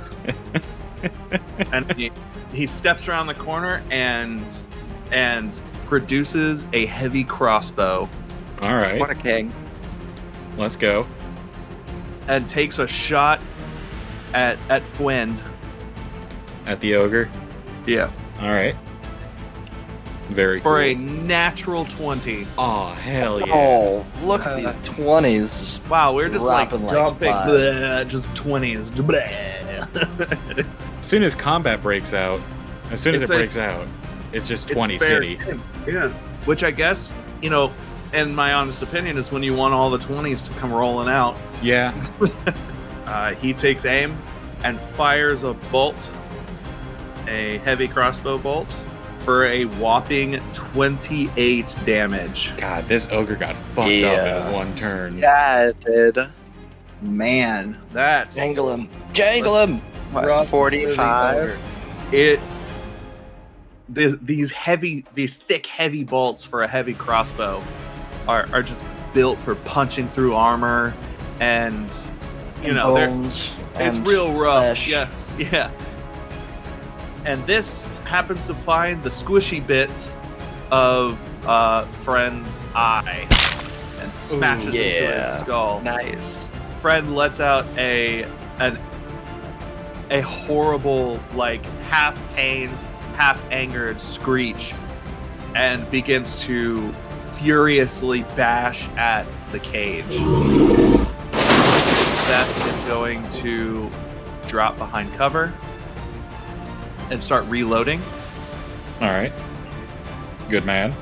S1: and he, he steps around the corner and and produces a heavy crossbow
S3: all right.
S5: What a king.
S3: Let's go.
S1: and takes a shot at at Fwind.
S3: At the ogre.
S1: Yeah,
S3: All right. Very
S1: for a
S3: cool.
S1: natural twenty.
S3: Aw, hell yeah.
S4: Oh, look
S1: Uh,
S4: at these twenties. Just
S1: Wow, we're just like,
S4: Dropping like
S1: dumping,
S4: flies.
S1: bleh, just twenties. Bleh.
S3: As soon as combat breaks out, as soon as
S1: It's-
S3: it
S1: it's-
S3: breaks out, it's just
S1: It's
S3: 20
S1: fair
S3: city.
S1: game, Yeah, which I guess you know, in my honest opinion, is when you want all the twenties to come rolling out.
S3: Yeah.
S1: Uh, he takes aim and fires a bolt, a heavy crossbow bolt for a whopping 28 damage.
S3: God, this ogre got fucked up
S4: Yeah.
S3: in one turn.
S5: Yeah, it did.
S1: Man, that's
S4: Jangle him. Jangle him.
S5: What,
S4: Rough
S5: 45?
S1: it. These, these heavy, these thick, heavy bolts for a heavy crossbow are, are just built for punching through armor, and you know they're
S4: Bones.
S1: It's
S4: and-
S1: real rough.
S4: flesh.
S1: Yeah, yeah. And this happens to find the squishy bits of uh, friend's eye and smashes
S4: Ooh.
S1: into
S4: Yeah.
S1: his skull.
S5: Nice.
S1: Friend lets out a an a horrible, like half pained, half angered screech, and begins to furiously bash at the cage. Seth is going to drop behind cover and start reloading.
S3: All right. Good man.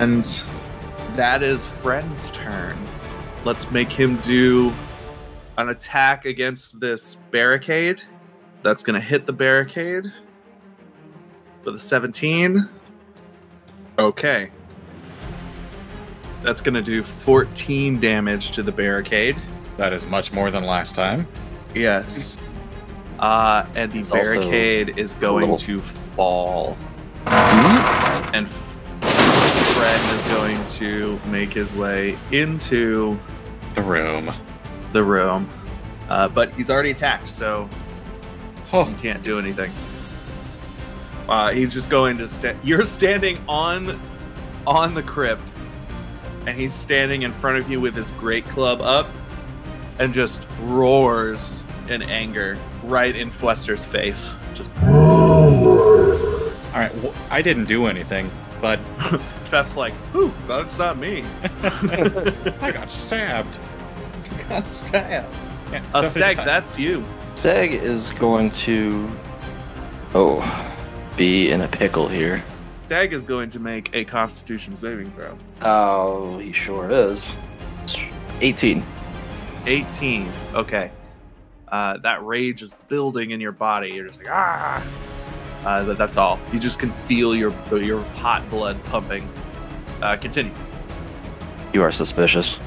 S1: And that is Friend's turn. Let's make him do an attack against this barricade. That's going to hit the barricade with a 17. Okay. That's going to do 14 damage to the barricade.
S3: That is much more than last time.
S1: Yes. Uh, and the
S4: It's also
S1: barricade is going
S4: little- Hmm?
S1: to fall. And F- Fred is going to make his way into
S3: The room.
S1: the room. Uh, but he's already attacked, so he
S3: Oh,
S1: can't do anything. Uh, he's just going to stand. You're standing on on the crypt, and he's standing in front of you with his great club up, and just roars in anger right in Flester's face. Just
S3: all right. Well, I didn't do anything, but
S1: Feff's like, "Ooh, that's not me." Uh,
S3: I got (laughs) stabbed.
S1: Got stabbed.
S3: Yeah,
S1: Uh,
S3: so did
S1: Stag,
S3: I.
S1: that's you.
S4: Stag is going to. Oh, be in a pickle here.
S1: Stag is going to make a Constitution saving throw.
S4: Oh, he sure is. 18.
S1: 18. Okay. Uh, that rage is building in your body. You're just like ah. Uh, but that's all. You just can feel your your hot blood pumping. Uh, continue.
S4: You are suspicious.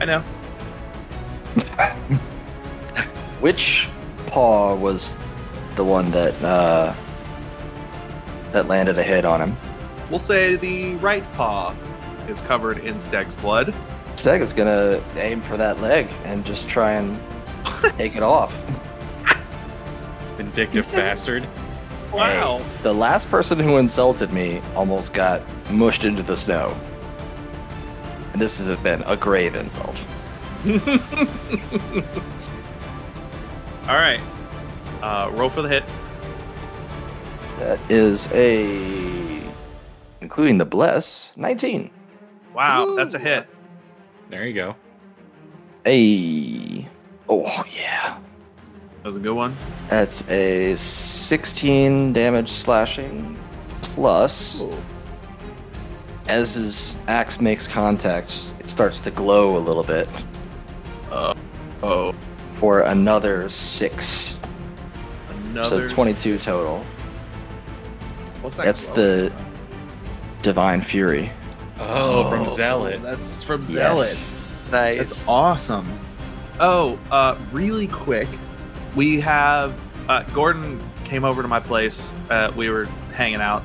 S1: I know.
S4: Which paw was the one that uh, that landed a hit on him?
S1: We'll say the right paw is covered in Stag's blood.
S4: Stag is gonna aim for that leg and just
S1: (laughs)
S4: try and take it off.
S3: Vindictive bastard.
S1: Wow.
S4: The last person who insulted me almost got mushed into the snow. And this has been a grave insult.
S1: All right. Uh, roll for the hit.
S4: That is a. including the bless, 19.
S1: Wow, that's a
S5: Ooh.
S1: hit.
S3: There you go.
S4: A. Oh, yeah.
S1: That was a good one.
S4: That's a 16 damage slashing plus. As his axe makes contact, it starts to glow a little bit
S1: Uh, oh,
S4: for another 6.
S1: another.
S4: So 22 total.
S1: What's that
S4: that's
S1: glow?
S4: the- Divine Fury.
S3: Oh, from
S4: Oh,
S3: Zealot.
S1: That's from Zealot.
S4: Yes.
S5: Nice.
S1: That's awesome. Oh, uh, really quick, we have uh, Gordon came over to my place. Uh, we were hanging out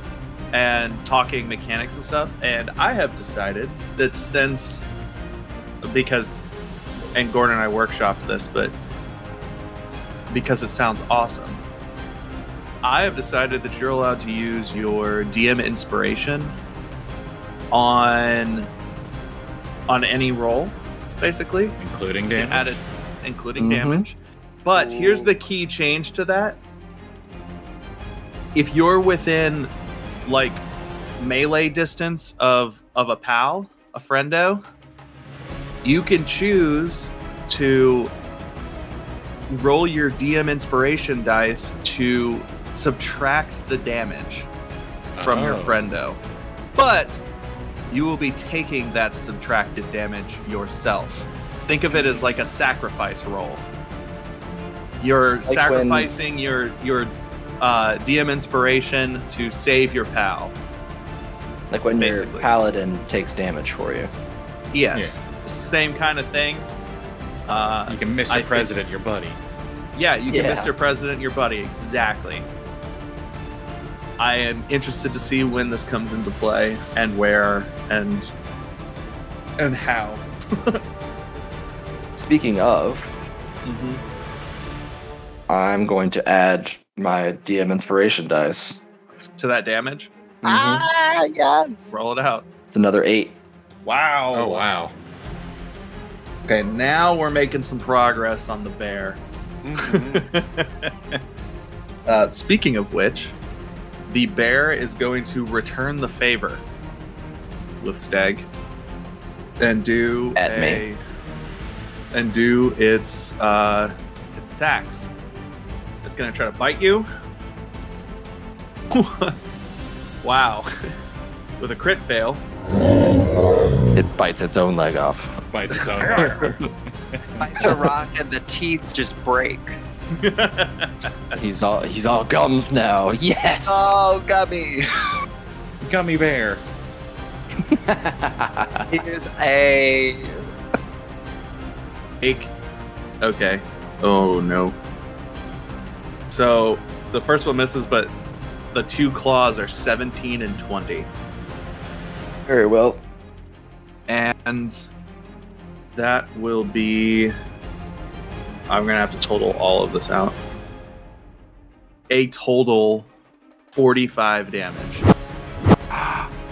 S1: and talking mechanics and stuff, and I have decided that since because and Gordon and I workshopped this, but because it sounds awesome. I have decided that you're allowed to use your DM inspiration on on any roll, basically
S3: Including
S1: damage.
S3: damage.
S1: including
S4: Mhm.
S1: damage. But here's the key change to that. If you're within like melee distance of of a pal, a friendo, you can choose to roll your DM inspiration dice to subtract the damage from your
S3: Oh.
S1: friendo. But you will be taking that subtracted damage yourself. Think of it as like a sacrifice roll. You're
S4: when-
S1: sacrificing your your uh, DM inspiration to save your pal.
S4: Like when your
S1: Basically.
S4: paladin takes damage for you.
S1: Yes, same kind of thing. Uh,
S3: You can Mr.
S1: I think-
S3: President your buddy.
S1: Yeah, you can
S4: Yeah.
S1: Mr. President your buddy, exactly. I am interested to see when this comes into play and where and and how.
S4: Speaking of,
S1: hmm
S4: I'm going to add my DM inspiration dice.
S1: To that damage,
S3: mm-hmm.
S4: Mhm.
S5: Ah, yes.
S1: roll it out.
S4: It's another eight.
S1: Wow.
S3: Oh, wow.
S1: Okay, now we're making some progress on the bear.
S5: Mhm.
S1: Mm-hmm. (laughs) Uh, speaking of which, the bear is going to return the favor with Stag and do
S4: At
S1: a,
S4: me.
S1: and do its uh, its attacks. It's going to try to bite you. (laughs) wow, (laughs) with a crit fail. (laughs)
S4: It bites its own leg off.
S3: Bites its own arm.
S5: Bites a rock and the teeth just break.
S4: He's all he's all gums now. Yes.
S5: Oh, gummy.
S3: (laughs) Gummy bear.
S4: Uh.
S5: Here's a
S1: Ache. Okay. Oh no. So the first one misses, but the two claws are 17 and 20.
S4: (laughs) Very well.
S1: And that will be. I'm going to have to total all of this out. A total 45 damage.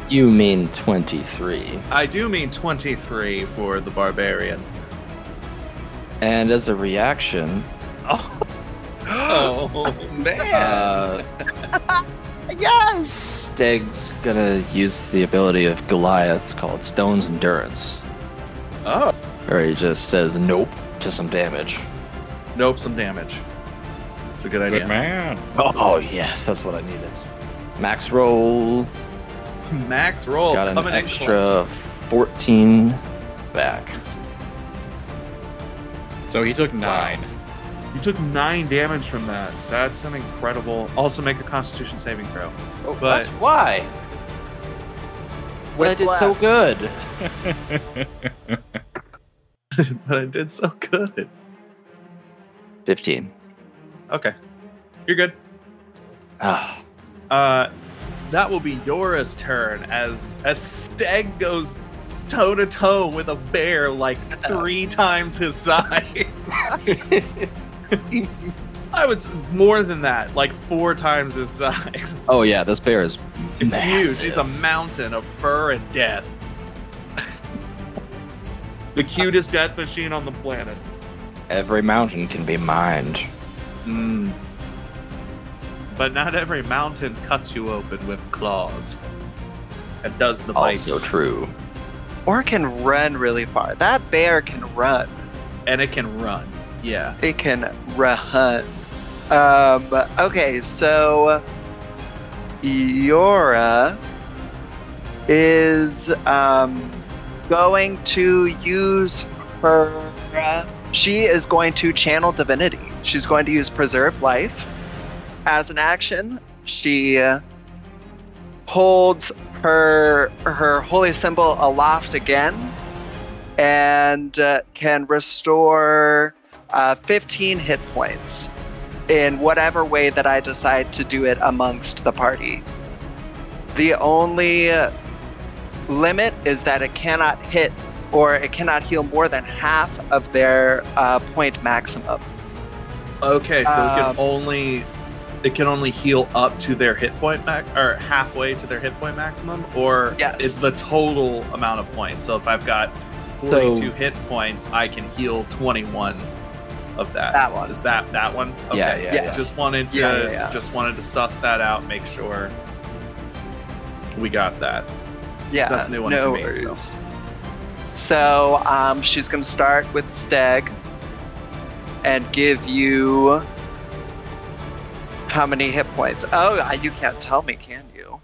S4: You mean twenty-three.
S1: I do mean 23 for the barbarian. (gasps)
S4: And as a reaction,
S1: Oh, oh man. (laughs)
S4: uh, yes. Steg's gonna use the ability of Goliath's called Stone's Endurance,
S1: oh.
S4: where he just says nope to some damage.
S1: Nope, some damage. It's a good
S3: Good
S1: idea.
S3: man.
S4: Oh, oh, yes, that's what I needed. Max roll
S1: Max roll.
S4: got an
S1: coming in close.
S4: extra fourteen back.
S3: So he took nine.
S1: You took nine damage from that. That's an incredible. Also, make a Constitution saving throw. (laughs)
S4: Oh,
S1: But-
S4: that's why. But I did so
S5: Whiplash.
S4: good.
S1: but I did so good.
S4: Fifteen.
S1: Okay, you're good.
S4: Ah,
S1: Uh, that will be Yora's turn as as Steg goes toe to toe with a bear
S4: (laughs)
S1: like three times his size. I would s- more than that, like four times his size.
S4: Oh yeah, this bear is
S1: it's
S4: massive.
S1: huge. He's a mountain of fur and death. the cutest death machine on the planet.
S4: Every mountain can be mined. Hmm.
S1: Mm. But not every mountain cuts you open with claws. And does the bites.
S4: Also true.
S5: or can run really far. That bear can run.
S1: and it can run. Yeah.
S5: It can run. Um. Okay. So, Yora is um going to use her. She is going to channel divinity. She's going to use preserve life as an action. She uh, holds her her holy symbol aloft again and uh, can restore uh, 15 hit points in whatever way that I decide to do it amongst the party. The only uh, limit is that it cannot hit or it cannot heal more than half of their uh, point maximum.
S1: Okay, so it can
S5: Um,
S1: only it can only heal up to their hit point max or halfway to their hit point maximum or
S5: Yes.
S1: it's the total amount of points. So if I've got 42 hit points, I can heal 21 of that.
S5: That one.
S1: Is that that one? Okay.
S4: Yeah, yeah,
S5: Yes.
S1: Just wanted to
S5: Yeah, yeah, yeah.
S1: just wanted to suss that out, make sure we got that.
S5: Yeah,
S1: that's a new one
S5: no
S1: for me, so.
S5: worries. So, um, she's going to start with Steg and give you how many hit points? Oh, uh, you can't tell me, can you?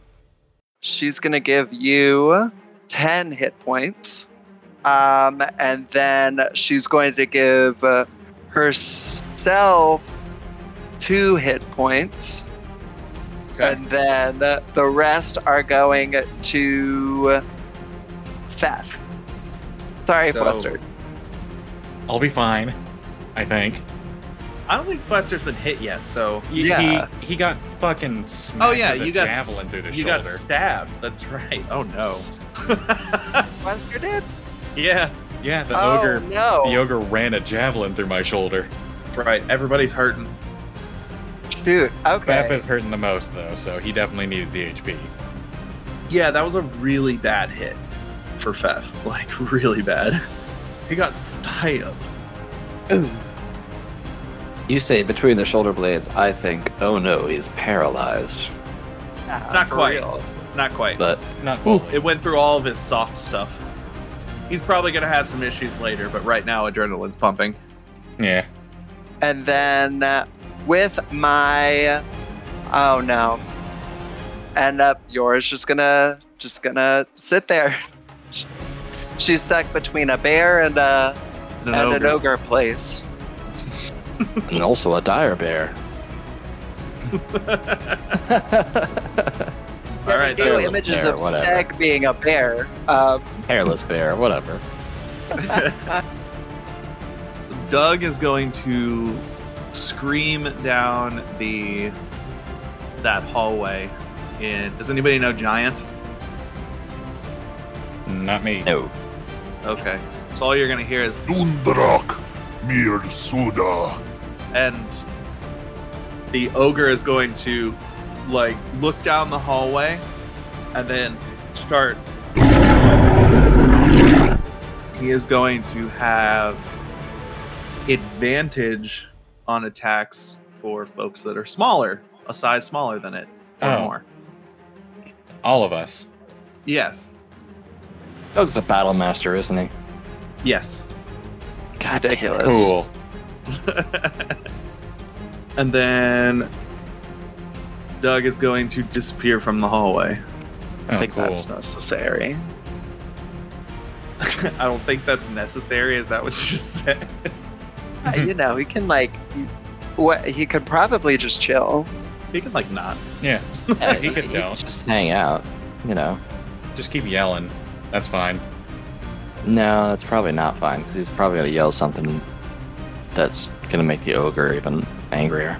S5: She's going to give you 10 hit points. Um, and then she's going to give uh, herself two hit points
S1: Okay.
S5: And then the rest are going to Theth. Sorry,
S1: So-
S5: Buster.
S3: I'll be fine, I think.
S1: I don't think Buster's been hit yet, so.
S3: He,
S5: Yeah.
S3: he, he got fucking smacked
S1: Oh yeah,
S3: with a
S1: you got
S3: javelin through the
S1: you
S3: shoulder.
S1: got stabbed. That's (laughs) right. Oh no.
S5: Buster did?
S1: yeah.
S3: yeah, the
S5: oh,
S3: ogre
S5: no.
S3: the ogre ran a javelin through my shoulder.
S1: Right. Everybody's hurting.
S5: Shoot. Okay.
S3: Bap is hurting the most though, so he definitely needed the HP.
S1: Yeah, that was a really bad hit for Fef. (laughs) Like really bad. He got stabbed.
S4: You say between the shoulder blades. I think, oh no, he's paralyzed.
S5: Yeah,
S1: Not
S5: for
S1: quite.
S5: real.
S1: Not quite.
S4: But
S3: Not fully.
S1: It went through all of his soft stuff. He's probably gonna have some issues later, but right now adrenaline's pumping.
S3: Yeah.
S5: And then uh, with my. Oh, no. And up, Yora's just gonna just gonna sit there. (laughs) She's stuck between a bear and a
S1: An
S5: and an
S1: ogre.
S5: ogre place.
S4: and also a dire bear.
S1: All right,
S5: Ew,
S1: that's-
S4: a
S5: images
S4: bear,
S5: of
S4: whatever.
S5: Stag being a bear. Um,
S4: Hairless bear, whatever.
S1: Doug is going to scream down the that hallway. And does anybody know Giant?
S3: Not me.
S4: No.
S1: Okay. So all you're gonna hear is
S6: Dundrak, Mir Suda.
S1: and the ogre is going to like look down the hallway and then start he is going to have advantage on attacks for folks that are smaller a size smaller than it or
S3: Oh.
S1: more
S3: All of us.
S1: yes
S4: Doug's a battle master, isn't he?
S1: yes
S4: God
S5: Ridiculous.
S4: damn it.
S3: Cool.
S1: and then doug is going to disappear from the (laughs) hallway
S5: I
S3: Oh,
S5: think
S3: cool.
S5: that's necessary.
S1: i don't think that's necessary is that what you just said
S5: Uh, you know, he can like, what he could probably just chill.
S1: He can like not.
S3: Yeah.
S4: Yeah,
S3: He could don't.
S4: just hang out. You know.
S3: Just keep yelling. That's fine.
S4: No, that's probably not fine because he's probably gonna yell something that's gonna make the ogre even angrier.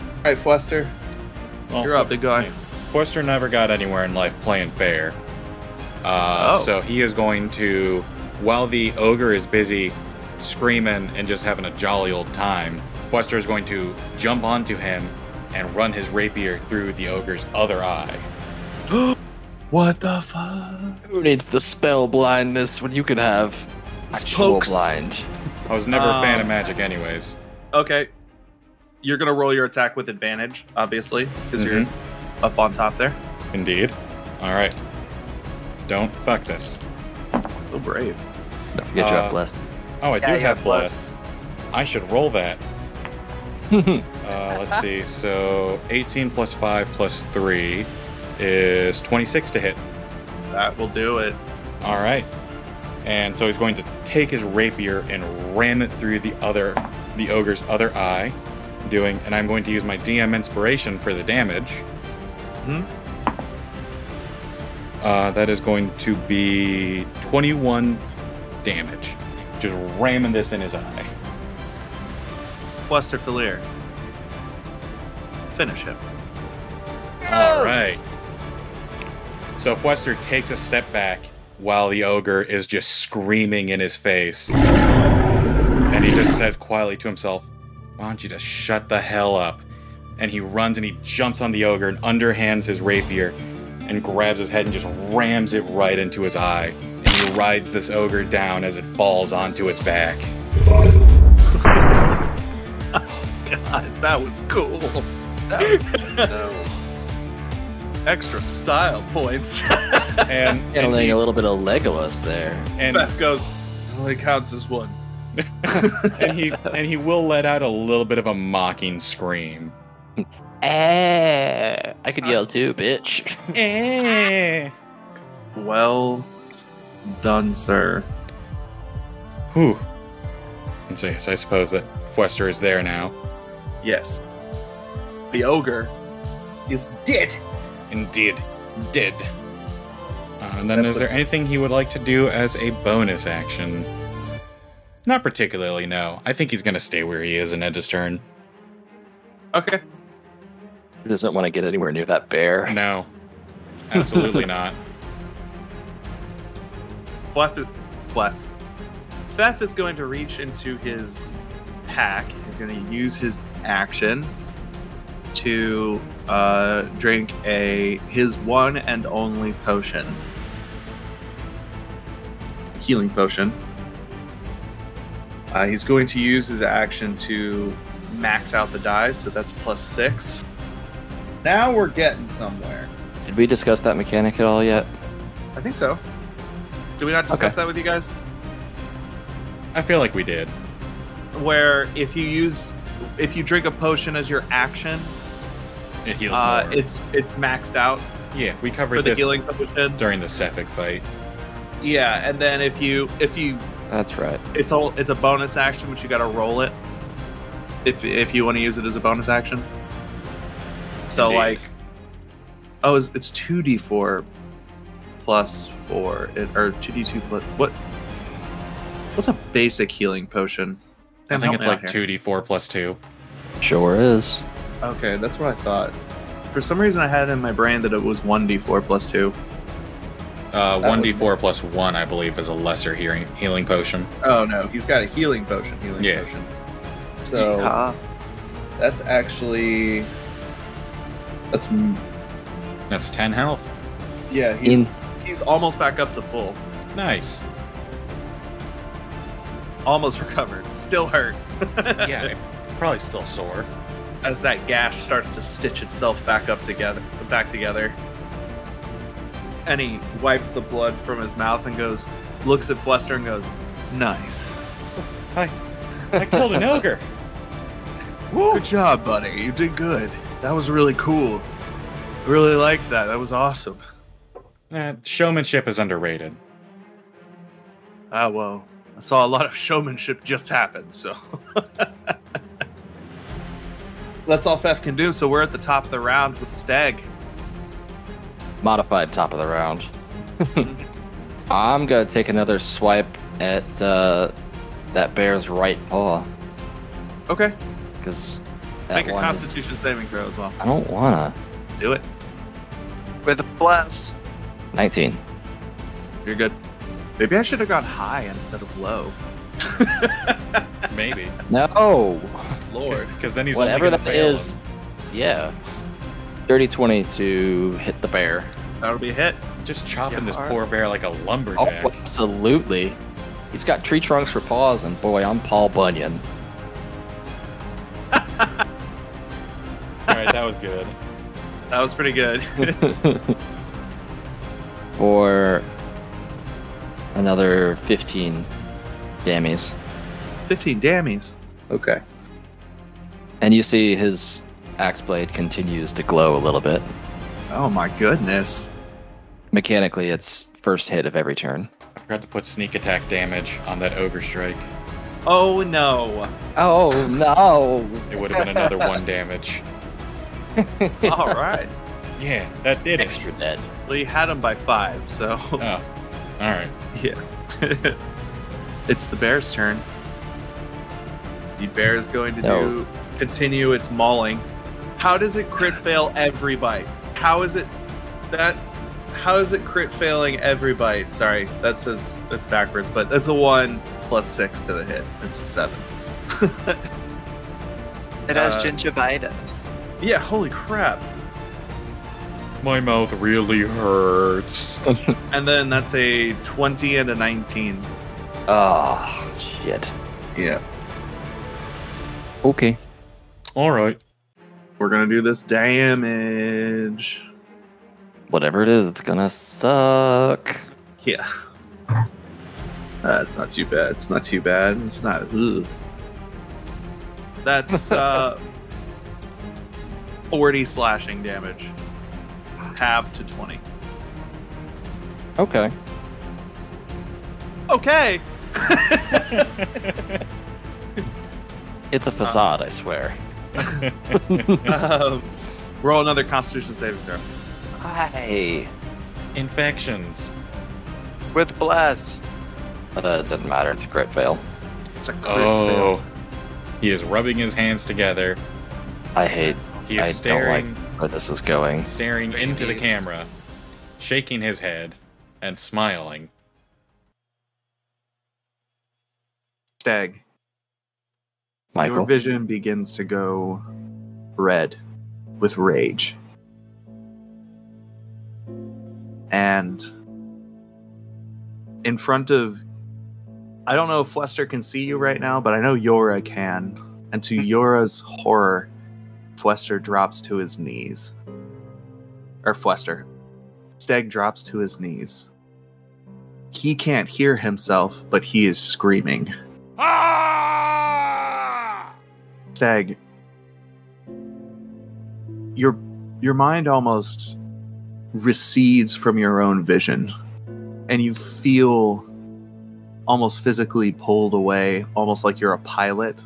S1: All right, Fluster,
S3: Well,
S1: you're up, big guy.
S3: Forster never got anywhere in life playing fair. Uh,
S1: Oh.
S3: So he is going to, while the ogre is busy screaming and just having a jolly old time, Forster is going to jump onto him and run his rapier through the ogre's other eye.
S1: What the fuck?
S4: Who needs the spell blindness when you can have actual
S1: Spokes.
S4: blind?
S3: I was never a fan of
S1: Um.
S3: magic, anyways.
S1: Okay, you're gonna roll your attack with advantage, obviously, because you're up on top there.
S3: Indeed. All right. Don't fuck this.
S1: So Oh, brave.
S4: Don't forget you
S3: Uh,
S4: have blessed.
S3: Oh, I
S5: Yeah,
S3: do
S5: you
S3: have
S5: have
S3: bless. I should roll that. (laughs) Uh, let's (laughs) see. So 18 plus 5 plus 3 is 26 to hit.
S1: That will do it.
S3: All right. And so he's going to take his rapier and ram it through the other, the ogre's other eye, doing. And I'm going to use my DM inspiration for the damage. Hmm?
S1: Mhm.
S3: Uh, that is going to be 21 damage. Just ramming this in his eye.
S1: Fluster Filier. Finish him.
S3: All right. So Fwester takes a step back while the ogre is just screaming in his face. And he just says quietly to himself, Why don't you just shut the hell up? And he runs and he jumps on the ogre and underhands his rapier and grabs his head and just rams it right into his eye. And he rides this ogre down as it falls onto its back.
S1: God, Ah, that was (laughs) cool. Extra style points.
S3: And, and,
S4: Handling
S3: he-
S4: a little bit of Legolas there.
S3: and
S1: Beth goes. Only counts as one.
S3: and he and he will let out a little bit of a mocking scream.
S4: Eh, I could yell too, bitch.
S1: Well done, sir.
S3: Whew. And so, yes, I suppose that Fwester is there now.
S1: Yes. The ogre is dead.
S3: Indeed. Did. Uh, and then,
S1: That
S3: is there
S1: puts-
S3: anything he would like to do as a bonus action? Not particularly, no. I think he's going to stay where he is and end his turn.
S1: Okay.
S4: (laughs) He doesn't want to get anywhere near that bear.
S3: No.
S1: (laughs)
S3: Absolutely not.
S1: Fleth, Fleth. Theth is going to reach into his pack. He's going to use his action to uh, drink a his one and only potion, healing potion. Uh, he's going to use his action to max out the dice, so that's plus six. Now we're getting somewhere.
S4: Did we discuss that mechanic at all yet?
S1: I think so. Did we not discuss
S4: Okay.
S1: that with you guys?
S3: I feel like we did.
S1: where if you use if you drink a potion as your action,
S3: It heals
S1: uh,
S3: more.
S1: it's it's maxed out
S3: yeah, we
S1: for
S3: covered
S1: the
S3: this
S1: healing potion.
S3: during the Sefik fight.
S1: Yeah, and then if you if you
S4: That's right.
S1: it's all it's a bonus action, but you got to roll it if if you want to use it as a bonus action. So
S3: Indeed.
S1: like, oh, it's- it's two d four plus four it, or two d two plus what? What's a basic healing potion?
S3: I
S1: Damn,
S3: think
S1: help
S3: it's
S1: me out
S3: like
S1: here.
S3: 2d4 plus 2.
S4: Sure is.
S1: Okay, that's what I thought. For some reason, I had in my brain that it was 1d4 plus 2.
S3: Uh,
S1: That would-
S3: 1d4 plus 1, I believe, is a lesser healing, healing potion.
S1: Oh no, he's got a healing potion. Healing
S3: Yeah.
S1: potion. So
S5: Uh,
S1: that's actually. That's. m-
S3: That's 10 health.
S1: Yeah, he's, he's almost back up to full.
S3: Nice.
S1: Almost (laughs) recovered. Still hurt.
S3: yeah, probably still sore.
S1: As that gash starts to stitch itself back up together. Back together. And he wipes the blood from his mouth and goes, looks at Fluster and goes, nice.
S3: (laughs) I killed an ogre.
S1: Good job, buddy. You did good. That was really cool. I really liked that. That was awesome.
S3: Eh, showmanship is underrated.
S1: Ah, well, I saw a lot of showmanship just happen, so. (laughs) That's all Fef can do, so we're at the top of the round with Stag.
S4: Modified top of the round. (laughs) I'm gonna take another swipe at uh, that bear's right paw
S1: Okay.
S4: because
S1: Make a constitution saving throw as well.
S4: I don't wanna.
S1: Do it.
S5: with a plus.
S4: 19.
S1: You're good. Maybe I should have gone high instead of low.
S3: (laughs) Maybe.
S4: No.
S1: (laughs) Lord.
S3: Because then he's
S4: Whatever
S3: only
S4: that
S3: gonna fail
S4: is. Yeah. Dirty 20 to hit the bear.
S1: That'll be a hit.
S3: him. Just chopping
S5: Yeah,
S3: this
S5: alright.
S3: poor bear like a
S4: Oh,
S3: lumberjack.
S4: absolutely. He's got tree trunks for paws, and boy, I'm Paul Bunyan.
S3: Alright, that was good.
S1: That was pretty (laughs) good.
S4: For another 15 dammies.
S1: 15 dammies. Okay.
S4: And you see his axe blade continues to glow a little bit.
S1: Oh my goodness.
S4: Mechanically, it's first hit of every turn.
S3: I forgot to put sneak attack damage on that ogre strike.
S1: Oh no.
S4: Oh, no.
S3: It would have been
S4: (laughs)
S3: another one damage.
S1: (laughs) All right.
S3: Yeah, that did it.
S4: Extra dead.
S1: Well, you had him by five, so
S3: (laughs)
S1: (laughs)
S3: Oh. Alright.
S1: it's the bear's turn. The bear is going to
S4: No.
S1: do continue its mauling. How does it crit fail every bite? How is it that? How is it crit failing every bite? Sorry, that says it's backwards, but that's a one plus six to the hit. It's a seven.
S5: It has
S1: Uh,
S5: gingivitis.
S1: Yeah, holy crap!
S3: My mouth really hurts.
S1: And then that's a twenty and a nineteen.
S4: Oh, shit.
S1: Yeah,
S4: Okay.
S3: Alright.
S1: we're gonna do this damage.
S4: Whatever it is, it's gonna suck.
S1: Yeah. Uh, it's not too bad. It's not too bad. It's not. Ugh. That's uh, 40 slashing damage. Half to 20.
S4: Okay.
S1: Okay.
S4: It's a facade, I swear.
S1: (laughs) Um, Roll another Constitution saving throw.
S4: Hi.
S3: Infections.
S5: with bless.
S4: Uh, it doesn't matter. It's a crit fail.
S1: It's a crit fail.
S3: Oh. He is rubbing his hands together.
S4: I hate
S3: He is
S4: I don't like-
S3: staring
S4: where this is going.
S3: staring into the camera, shaking his head and smiling.
S1: Stag. Your
S4: Michael.
S1: vision begins to go red with rage. And in front of I don't know if Fluster can see you right now, but I know Yora can. And to Yora's horror, Fluster drops to his knees. Or Fluster. Steg drops to his knees. He can't hear himself, but he is screaming. Stag, your your mind almost recedes from your own vision, and you feel almost physically pulled away, almost like you're a pilot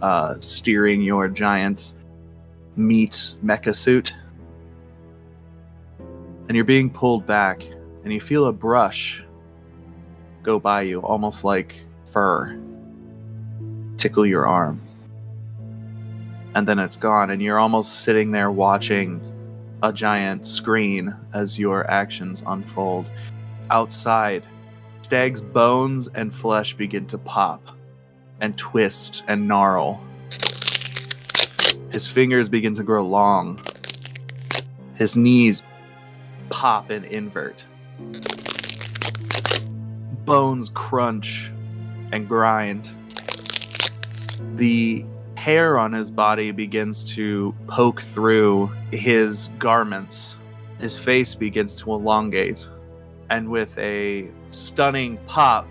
S1: uh, steering your giant meat mecha suit, and you're being pulled back, and you feel a brush go by you, almost like fur tickle your arm. And then it's gone, and you're almost sitting there watching a giant screen as your actions unfold. Outside, Stag's bones and flesh begin to pop and twist and gnarl. His fingers begin to grow long. His knees pop and invert. Bones crunch and grind the hair on his body begins to poke through his garments. His face begins to elongate. And with a stunning pop,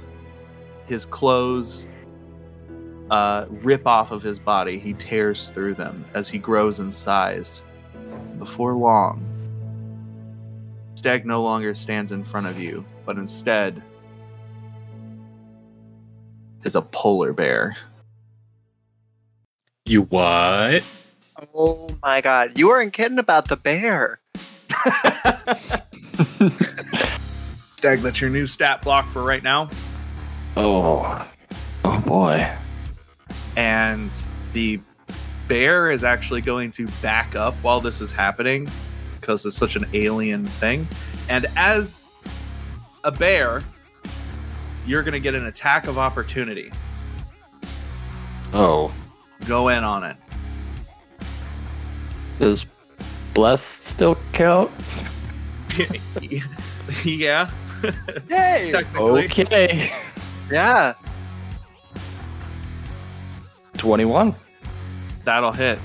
S1: his clothes uh, rip off of his body. He tears through them as he grows in size. Before long, Stag no longer stands in front of you, but instead is a polar bear.
S3: You what?
S5: Oh my god, you weren't kidding about the bear.
S1: Stag, that's your new stat block for right now.
S4: Oh. Oh boy.
S1: And the bear is actually going to back up while this is happening because it's such an alien thing. And as a bear, you're going to get an attack of opportunity.
S4: Oh.
S1: Go in on it. (laughs)
S4: Does bless still count?
S1: yeah,
S5: Yay!
S1: technically.
S4: Okay. (laughs)
S5: Yeah.
S4: Twenty-one.
S1: That'll hit.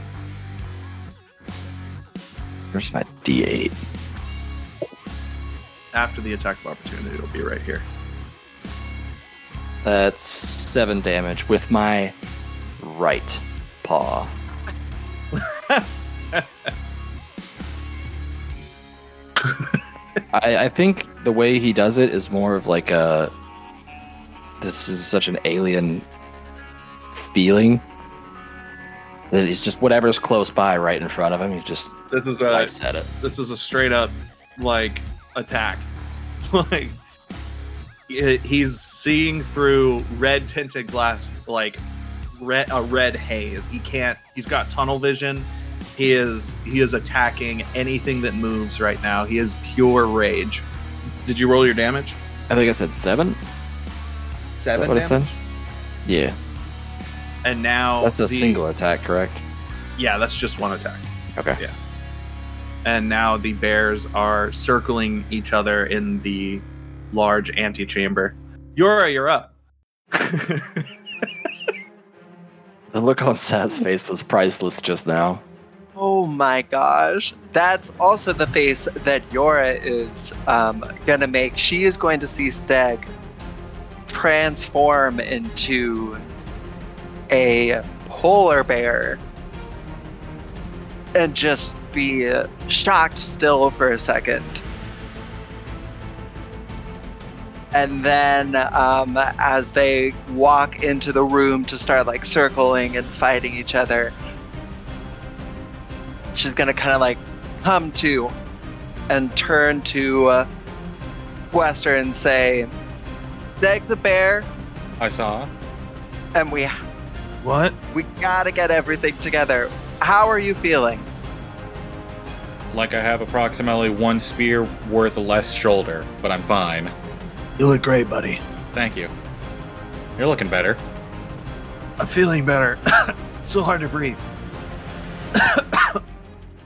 S4: Where's my D8?
S1: After the attack of opportunity, it'll be right here.
S4: That's seven damage with my right (laughs) paw. I, I think the way he does it is more of like a. This is such an alien feeling. That he's just whatever's close by, right in front of him. He just
S1: This is uh, a
S4: swipes at it.
S1: this is a straight up like attack (laughs) like it, he's seeing through red tinted glass like red a red haze he can't he's got tunnel vision he is he is attacking anything that moves right now he is pure rage did you roll your damage
S4: I think I said seven. Is that what I said? Yeah,
S1: and now
S4: that's a
S1: the-
S4: single attack, correct?
S1: yeah that's just one attack
S4: Okay.
S1: yeah and now the bears are circling each other in the large antechamber yora you're up
S4: The look on Sav's face was priceless just now.
S5: Oh my gosh. That's also the face that Yora is um, gonna make. She is going to see Stag transform into a polar bear and just be shocked still for a second. And then, um, as they walk into the room to start like circling and fighting each other, she's gonna kind of like come to and turn to uh, Wester and say, "Dag the bear,
S3: I saw.
S5: and we
S1: What?
S5: we gotta get everything together. How are you feeling?"
S3: Like I have approximately one spear worth less shoulder, but I'm fine.
S7: You look great, buddy.
S3: Thank you. You're looking better.
S7: I'm feeling better. (laughs) it's so hard to breathe.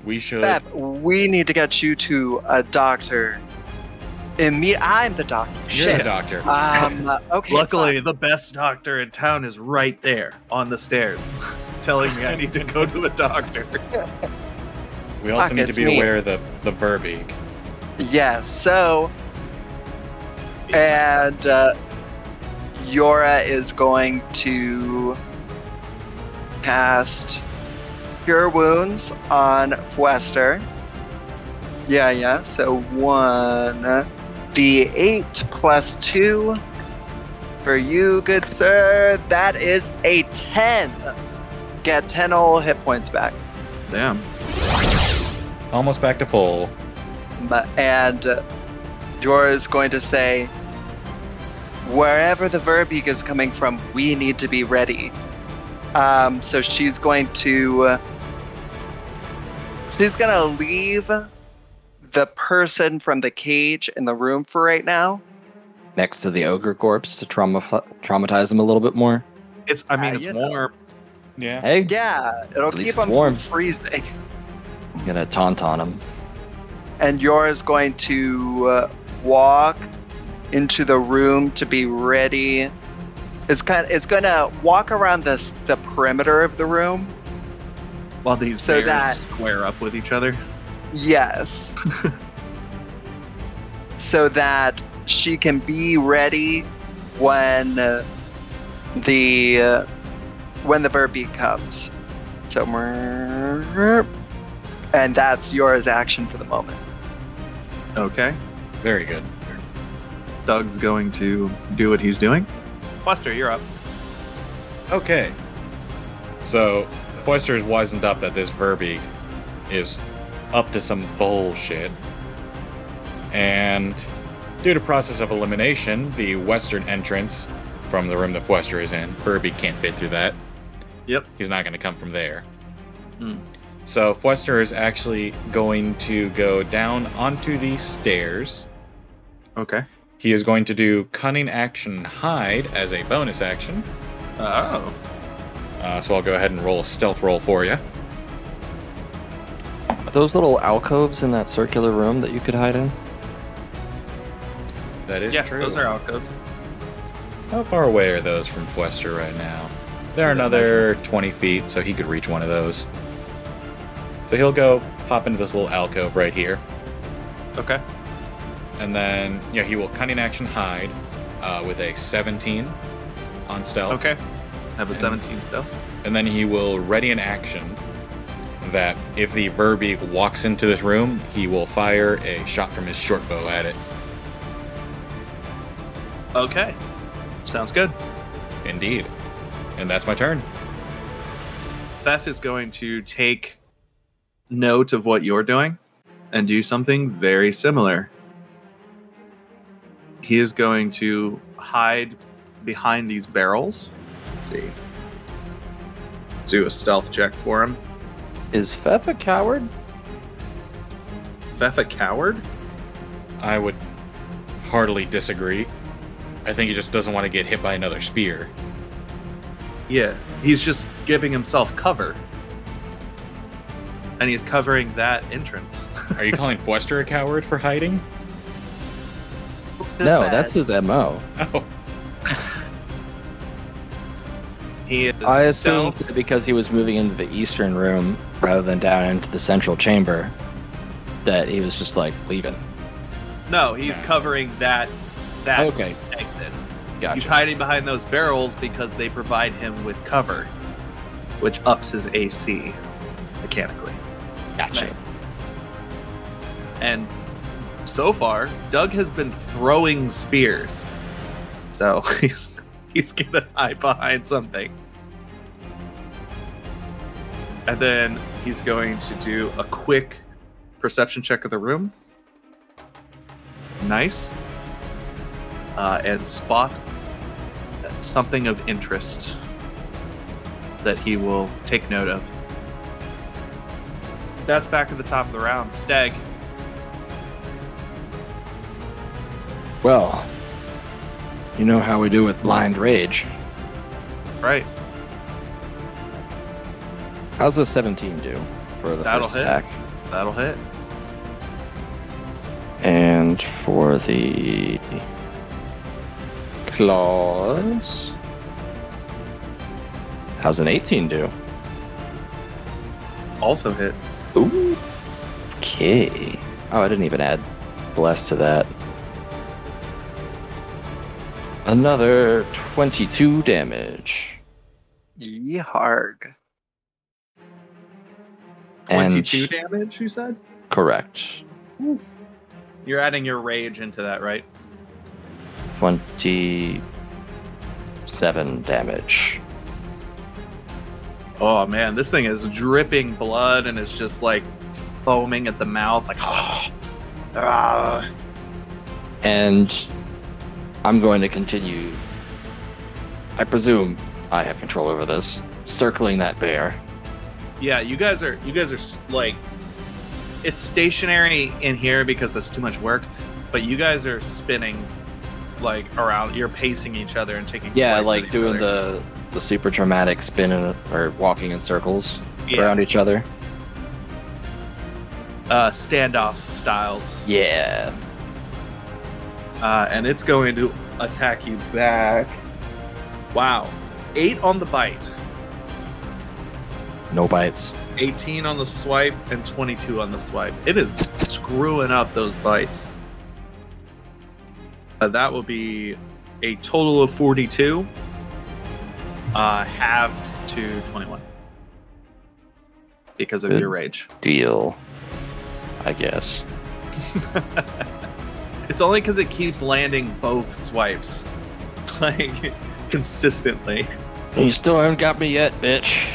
S3: We should.
S5: Beb, we need to get you to a doctor. Imme- I'm the doctor.
S3: You're the
S5: Shit.
S3: doctor. (laughs)
S5: Um, okay.
S1: Luckily, the best doctor in town is right there on the stairs, (laughs) telling me I need to go to the
S5: (laughs)
S1: doctor.
S3: We also
S5: Fuck,
S3: need to
S5: it's
S3: be
S5: me.
S3: aware of the, the verbeek.
S5: Yes. so, and uh, Yora is going to cast Cure Wounds on Fwester. Yeah, yeah. So one d8 plus two for you, good sir. That is a ten. Get ten all hit points back.
S1: Damn.
S3: Almost back to full.
S5: Ma- and uh, Jor is going to say, wherever the Verbeek is coming from, we need to be ready. Um, so she's going to uh, she's going to leave the person from the cage in the room for right now.
S4: next to the ogre corpse to trauma- traumatize him a little bit more.
S1: It's. I
S5: Ah,
S1: mean,
S5: you
S1: it's
S5: know.
S1: warm.
S3: Yeah.
S4: Hey,
S5: Yeah, it'll
S4: At least
S5: keep
S4: it's
S5: them
S4: warm.
S5: from freezing.
S4: I'm gonna taunt on him.
S5: And Yor is going to uh, walk into the room to be ready. It's kind. It's going to walk around this the perimeter of the room.
S1: While these
S5: So
S1: bears
S5: that-
S1: square up with each other.
S5: Yes. so that she can be ready when uh, the uh, when the burpee comes. So and that's yours action for the moment.
S1: Okay.
S3: Very good.
S1: Doug's going to do what he's doing. Buster, you're up.
S3: Okay. So, Foister has wisened up that this Verbeek is up to some bullshit. And due to process of elimination, the western entrance from the room that Foister is in, Verbeek can't fit through that.
S1: Yep.
S3: He's not going to come from there.
S1: Hmm.
S3: So, Foister is actually going to go down onto the stairs.
S1: Okay.
S3: He is going to do Cunning Action Hide as a bonus action.
S1: Oh.
S3: Uh, so I'll go ahead and roll a stealth roll for you.
S4: Are those little alcoves in that circular room that you could hide in?
S3: That is
S1: yeah,
S3: true.
S1: those are alcoves.
S3: How far away are those from Fwester right now? They're another 20 feet, so he could reach one of those. So he'll go pop into this little alcove right here,
S1: Okay.
S3: and then yeah, he will cunning action hide uh, with a 17 on stealth.
S1: Okay. Oh. Have a
S3: And-
S1: 17 still.
S3: and then he will ready an action that if the Verbeek walks into this room, he will fire a shot from his short bow at it.
S1: Okay. Sounds good.
S3: Indeed, and that's my turn.
S1: Theth is going to take note of what you're doing and do something very similar. He is going to hide behind these barrels. see. Do a stealth check for him.
S4: Is Fef a coward?
S1: Theth a coward?
S3: I would heartily disagree. I think he just doesn't want to get hit by another spear.
S1: Yeah. He's just giving himself cover. And he's covering that entrance.
S3: Are you calling Fwester a coward for hiding?
S5: Does
S4: no,
S5: that-
S4: that's his mo.
S3: Oh,
S1: He is
S4: I assumed
S1: stealth.
S4: that because he was moving into the eastern room rather than down into the central chamber, that he was just like leaving.
S1: No, he's
S3: No.
S1: covering that that
S4: Okay,
S1: exit. He's
S4: gotcha.
S1: hiding behind those barrels because they provide him with cover, which ups his AC mechanically.
S4: Gotcha.
S1: And so far, Doug has been throwing spears. So (laughs) he's he's gonna hide behind something. And then he's going to do a quick perception check of the room. Nice. Uh, and spot something of interest that he will take note of. That's back at the top of the round. Stag.
S4: Well, you know how we do with blind rage.
S1: Right.
S4: How's the 17 do for the
S1: That'll
S4: first
S1: hit.
S4: attack?
S1: That'll hit.
S4: And for the claws, how's an 18 do?
S1: Also hit.
S4: Ooh. Okay. Oh, I didn't even add bless to that. Another 22 damage.
S5: Yeeharg.
S1: 22
S4: And
S1: damage, you said?
S4: correct.
S1: You're adding your rage into that, right?
S4: 27 damage.
S1: Oh man, this thing is dripping blood and it's just like foaming at the mouth, like (sighs) ah.
S4: And I'm going to continue. I presume I have control over this. Circling that bear.
S1: Yeah, you guys are you guys are s- like it's stationary in here because that's too much work, but you guys are spinning like around. You're pacing each other and taking swipes
S4: Yeah,
S1: at
S4: like
S1: each
S4: doing
S1: other.
S4: the the super dramatic spin in, or walking in circles
S1: yeah,
S4: around each other.
S1: uh, standoff styles,
S4: Yeah.
S1: uh, and it's going to attack you back. Wow, eight on the bite.
S4: No bites.
S1: 18 on the swipe and 22 on the swipe. It is screwing up those bites. Uh, that will be a total of 42, uh, halved to 21 because of
S4: Good.
S1: your rage.
S4: Deal. I guess.
S1: It's only because it keeps landing both swipes, (laughs) like consistently.
S4: You still haven't got me yet, bitch.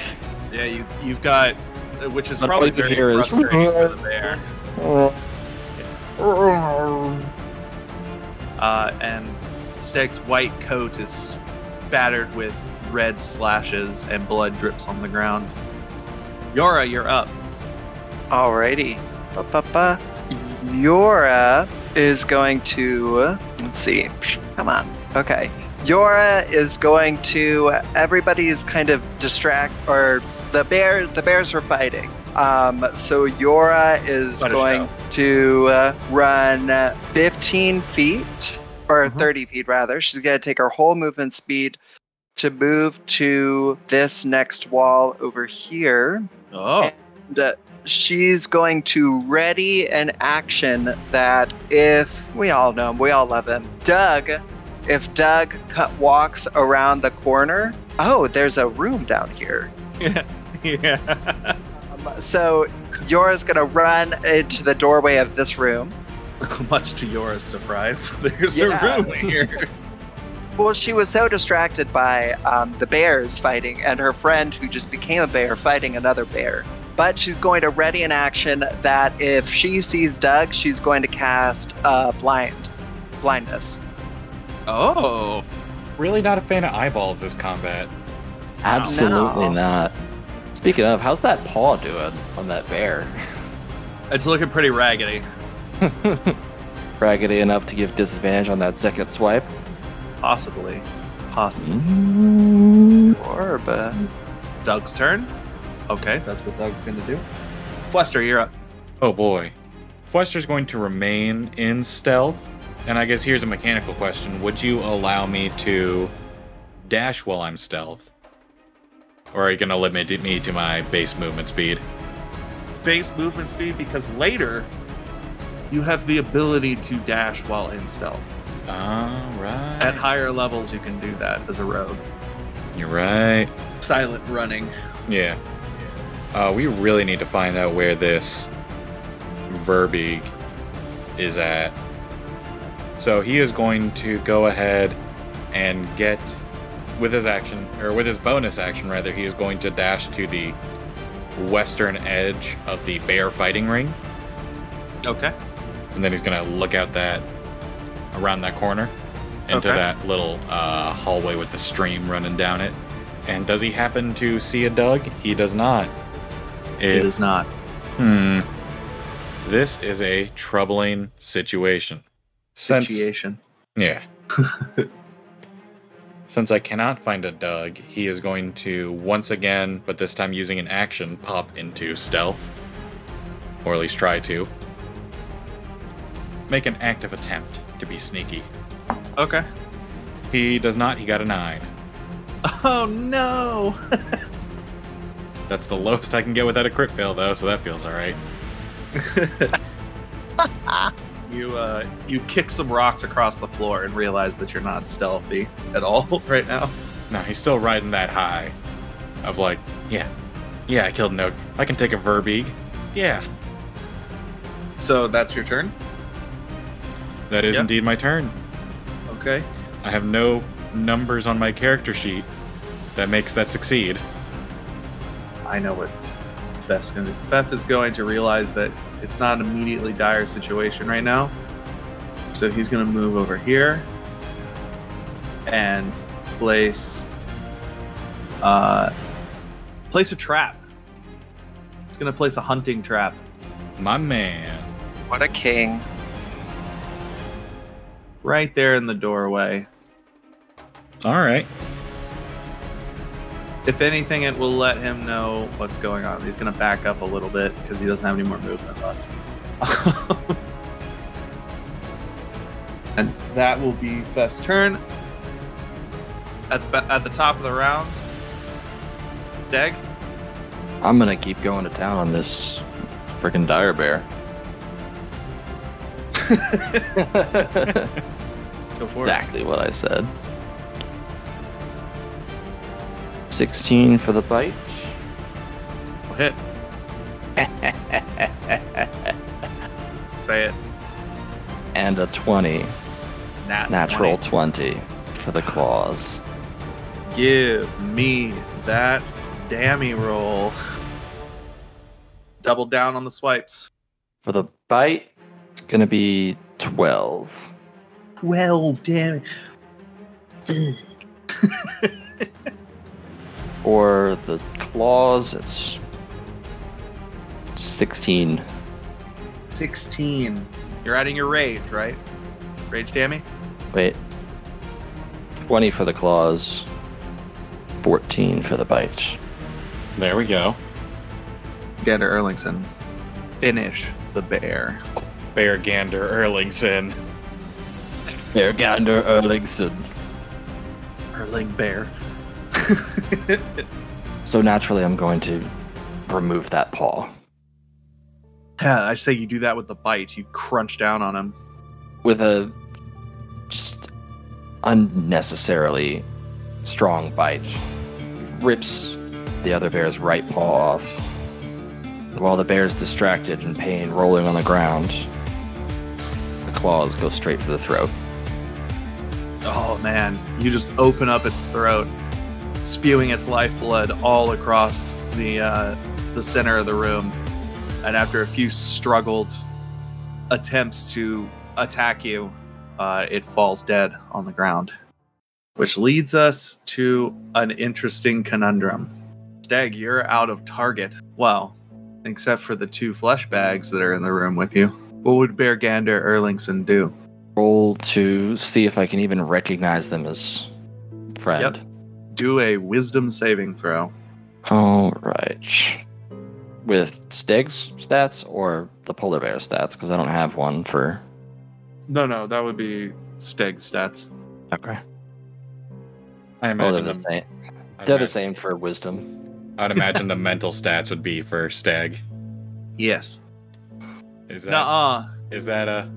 S1: Yeah, you you've got, which is
S4: But
S1: probably
S4: all you
S1: very
S4: hear is-
S1: frustrating for the bear. uh, and Steg's white coat is spattered with red slashes and blood drips on the ground. Yora, you're up.
S5: Alrighty. Ba, ba, ba. Yora is going to. Let's see. Come on. Okay. Yora is going to. Everybody's kind of distract, or the bear. The bears are fighting. Um, so Yora is
S1: Let us
S5: going
S1: go.
S5: to uh, run 15 feet, or
S1: Mhm.
S5: 30 feet rather. She's going to take her whole movement speed to move to this next wall over here.
S1: Oh,
S5: And, uh, she's going to ready an action that if we all know him, we all love him. Doug, if Doug cut, walks around the corner, oh, there's a room down here.
S1: yeah.
S5: Um, so Yora's gonna run into the doorway of this room.
S1: (laughs) Much to Yora's surprise, (laughs) there's
S5: Yeah.
S1: a room here.
S5: Well, she was so distracted by um, the bears fighting and her friend who just became a bear fighting another bear. But she's going to ready an action that if she sees Doug, she's going to cast uh, blind, blindness.
S1: oh,
S3: Really not a fan of eyeballs this combat.
S4: Absolutely
S5: No.
S4: not. Speaking of, how's that paw doing on that bear?
S1: it's looking pretty raggedy.
S4: Raggedy enough to give disadvantage on that second swipe?
S1: Possibly, possibly.
S5: Orb.
S1: Doug's turn. Okay, that's what Doug's gonna do. Fluster, you're up.
S3: Oh boy. Fwester's going to remain in stealth. And I guess here's a mechanical question. Would you allow me to dash while I'm stealth? Or are you going to limit me to my base movement speed?
S1: Base movement speed because later you have the ability to dash while in stealth.
S3: Alright.
S1: At higher levels, you can do that as a rogue.
S3: You're right.
S1: Silent running.
S3: Yeah. Uh, we really need to find out where this Verbeeg is at. So he is going to go ahead and get with his action or with his bonus action rather, he is going to dash to the western edge of the bear fighting ring,
S1: Okay.
S3: and then he's gonna look out that around that corner into
S1: Okay.
S3: that little uh, hallway with the stream running down it. And does he happen to see a Doug? He does not.
S1: It
S3: If-
S1: is not.
S3: Hmm. This is a troubling situation. Since
S1: Situation.
S3: yeah. Since I cannot find a Doug, he is going to once again, but this time using an action, pop into stealth. Or at least try to. Make an active attempt to be sneaky.
S1: Okay.
S3: He does not, he got a 9.
S1: Oh no.
S3: That's the lowest I can get without a crit fail, though, so that feels alright.
S1: You uh you kick some rocks across the floor and realize that you're not stealthy at all (laughs) right now.
S3: No, he's still riding that high of like, yeah, yeah, I killed an oak. I can take a Verbeeg. Yeah,
S1: So that's your turn.
S3: that is
S1: Yeah.
S3: indeed my turn.
S1: Okay.
S3: I have no numbers on my character sheet that makes that succeed.
S1: I know what Feth's going to Feth is going to realize that it's not an immediately dire situation right now. So he's going to move over here and place uh place a trap. It's going to place a hunting trap.
S3: My man.
S5: What a king.
S1: right there in the doorway.
S3: All right.
S1: If anything, it will let him know what's going on. He's going to back up a little bit because he doesn't have any more movement left. (laughs) and that will be Feth's turn. At the, at the top of the round, Stag.
S4: I'm gonna keep going to town on this freaking dire bear.
S1: Go for it.
S4: exactly what I said. 16 for the bite.
S1: We'll hit. Say it.
S4: And a 20.
S1: Nat
S4: Natural
S1: 20.
S4: 20 for the claws.
S1: Give me that dammy roll. (laughs) Double down on the swipes.
S4: For the bite, it's gonna be 12.
S1: 12 damage.
S4: Or the claws, it's 16.
S1: 16. You're adding your rage, right? Rage damage?
S4: Wait. 20 for the claws, 14 for the bite.
S3: There we go.
S1: Gander Erlingson. Finish the bear.
S3: Bear Gander Erlingson.
S4: Ergander Erlingson.
S1: Erling bear.
S4: So naturally, I'm going to remove that paw
S1: (laughs) Yeah, I say you do that with the bite. You crunch down on him.
S4: with a just unnecessarily strong bite. Rips the other bear's right paw off. While the bear is distracted in pain, rolling on the ground, the claws go straight for the throat.
S1: Oh man, you just open up its throat, spewing its lifeblood all across the uh, the center of the room. And after a few struggled attempts to attack you, uh, it falls dead on the ground. Which leads us to an interesting conundrum. Stag, you're out of target. Well, except for the two flesh bags that are in the room with you. What would Bear Gander Erlingson do?
S4: Roll to see if I can even recognize them as friend.
S1: Do a wisdom saving throw.
S4: All right. With Stig's stats or the polar bear stats, because I don't have one for.
S1: No, no, that would be Steg stats.
S4: Okay.
S3: I
S4: Oh,
S3: imagine
S4: they're the
S3: the-
S4: same.
S3: I'd
S4: They're
S3: imagine-
S4: the same for wisdom.
S3: I'd imagine
S4: (laughs)
S3: the mental stats would be for Stag.
S1: Yes.
S3: Is that?
S1: Nuh-uh.
S3: Is that a?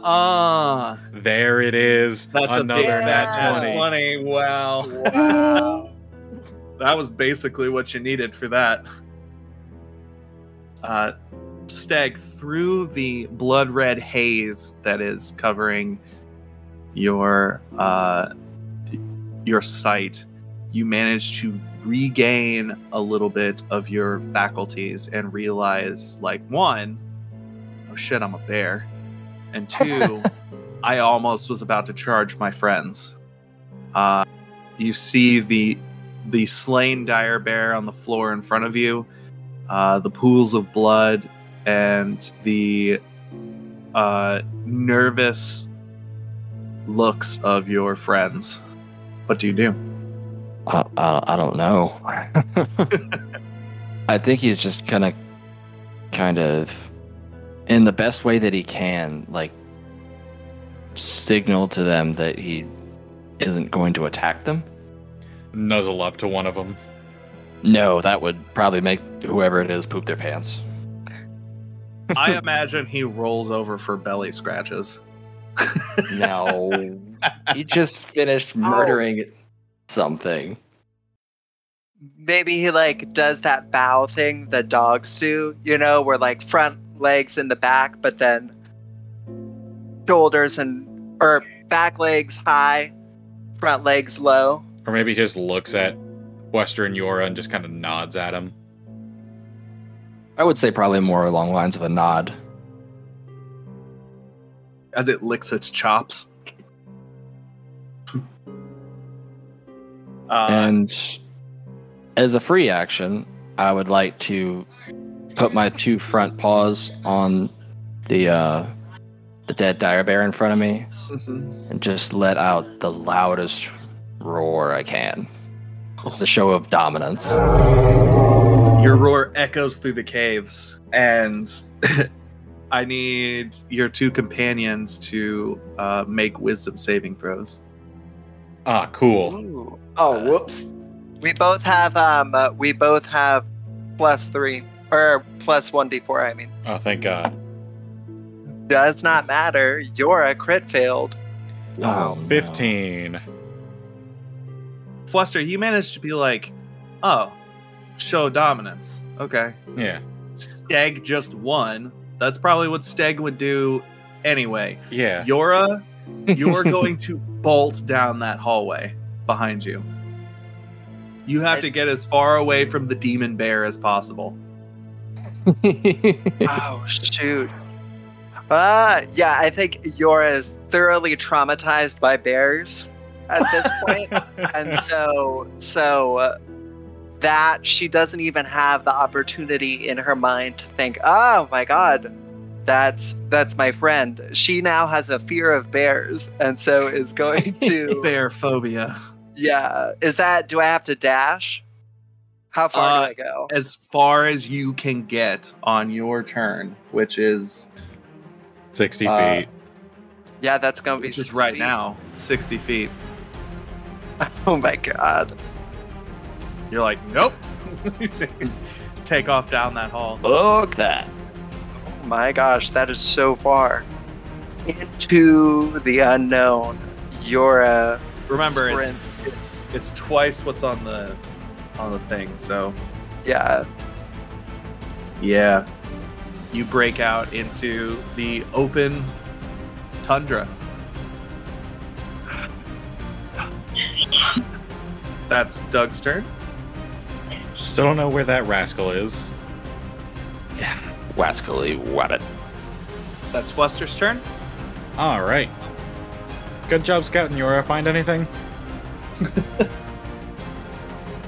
S1: Nuh-uh.
S3: There it is.
S1: That's
S3: another
S1: a big
S3: nat
S1: nat
S3: 20.
S1: 20. Wow. that was basically what you needed for that. Uh, Steg, through the blood red haze that is covering your uh, your sight, you manage to regain a little bit of your faculties and realize, like, one, oh shit, I'm a bear. And (laughs) two, I almost was about to charge my friends. Uh, you see the the slain dire bear on the floor in front of you, uh, the pools of blood, and the uh, nervous looks of your friends. What do you do?
S4: I, I, I don't know. (laughs) I think he's just kind of, kind of, in the best way that he can, like, signal to them that he isn't going to attack them.
S3: Nuzzle up to one of them.
S4: No, that would probably make whoever it is poop their pants.
S1: I imagine he rolls over for belly (laughs) scratches.
S4: No, he just finished murdering something.
S5: Maybe he like does that bow thing the dogs do, you know, where like front legs and the back, but then shoulders and or back legs high, front legs low.
S3: Or maybe he just looks at Western Yora and just kind of nods at him.
S4: I would say probably more along the lines of a nod.
S1: as it licks its chops. uh,
S4: and as a free action, I would like to put my two front paws on the uh, the dead dire bear in front of me
S1: mm-hmm.
S4: and just let out the loudest roar I can. It's a show of dominance.
S1: your roar echoes through the caves, and (laughs) I need your two companions to uh, make wisdom saving throws.
S3: Ah, cool.
S5: Ooh.
S4: Oh, whoops!
S5: We both have um uh, we both have plus 3 or plus 1d4 I mean.
S3: Oh, thank God.
S5: Does not matter. You're a crit failed.
S4: Oh, no.
S3: 15.
S1: Fluster, you managed to be like, oh, show dominance. Okay.
S3: Yeah.
S1: Steg just won. That's probably what Steg would do anyway.
S3: Yeah.
S1: Yora,
S4: (laughs)
S1: you're going to bolt down that hallway behind you. You have to get as far away from the demon bear as possible.
S5: oh shoot. Uh yeah, I think Yora is thoroughly traumatized by bears at
S1: (laughs)
S5: this point. and so so uh, that she doesn't even have the opportunity in her mind to think, "Oh my god, that's that's my friend." She now has a fear of bears and so
S1: (laughs)
S5: is going to
S1: Bear phobia.
S5: Yeah, is that do I have to dash? How far
S1: Uh,
S5: do I go?
S1: As far as you can get on your turn, which is
S3: 60
S1: Uh,
S3: feet.
S5: Yeah, that's going to be
S1: which is right
S5: 60.
S1: now, 60 feet.
S5: Oh my god.
S1: You're like, nope. (laughs) Take off down that hall.
S4: Look that.
S5: Oh my gosh, that is so far. Into the unknown. Yura
S1: Remember, it's,
S5: sprints.
S1: it's it's twice what's on the on the thing. So
S5: yeah.
S1: Yeah. You break out into the open tundra. That's Doug's turn.
S3: Still don't know where that rascal is.
S4: (laughs) Wascally wabbit.
S1: That's Fluster's turn.
S3: All right. Good job scouting, Yora. Find anything?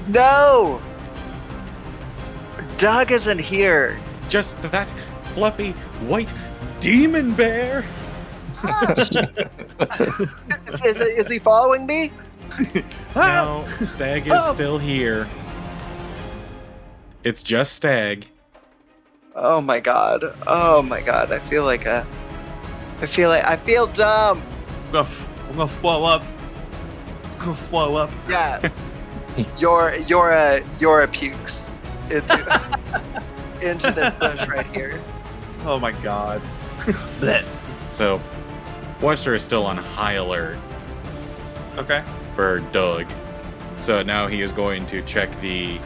S5: No! Doug isn't here.
S3: Just that fluffy white demon bear.
S5: Is, is, is he following me?
S3: No, Ah! Stag is still here. It's just Stag.
S5: Oh my god. Oh my god. I feel like a. I feel like. I feel dumb.
S1: I'm gonna, f- I'm gonna flow up. I'm gonna flow up. (laughs)
S5: Yeah. You're you're a you're a pukes into
S1: (laughs)
S5: into this bush right here.
S1: Oh my god. (laughs)
S3: So, Wester is still on high alert
S1: Okay.
S3: for Doug. So now he is going to check the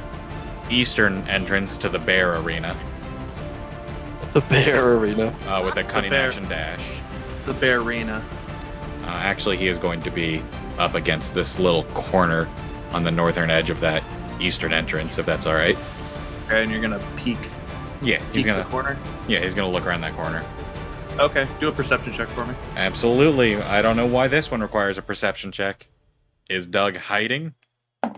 S3: eastern entrance to the bear arena
S4: The bear arena.
S3: uh, with a cunning
S1: bear.
S3: action dash.
S1: The bear arena.
S3: Uh, actually, he is going to be up against this little corner on the northern edge of that eastern entrance, if that's all right.
S1: Okay, and you're gonna peek,
S3: Yeah, he's
S1: peek
S3: gonna.
S1: the corner.
S3: Yeah, he's gonna look around that corner.
S1: Okay, do a perception check for me.
S3: Absolutely. I don't know why this one requires a perception check. Is Doug hiding?
S1: no,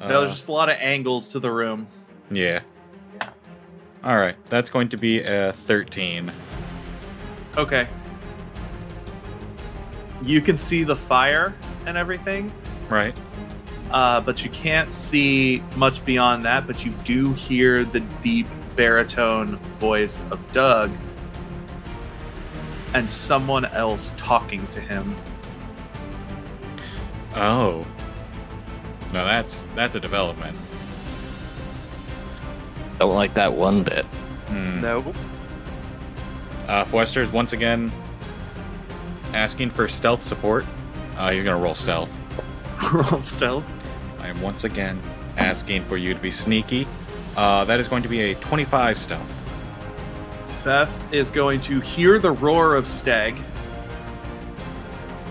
S3: Uh,
S1: there's just a lot of angles to the room.
S3: yeah. All right, that's going to be a 13.
S1: Okay. You can see the fire and everything,
S3: Right.
S1: uh, but you can't see much beyond that. But you do hear the deep baritone voice of Doug and someone else talking to him. (laughs)
S3: Oh. No, that's that's a development.
S4: Don't like that one bit.
S3: Hmm.
S5: No.
S3: Uh, Foester is once again asking for stealth support. Uh, you're gonna roll stealth.
S1: Roll stealth.
S3: I am once again asking for you to be sneaky. Uh, that is going to be a 25 stealth.
S1: Seth is going to hear the roar of Stag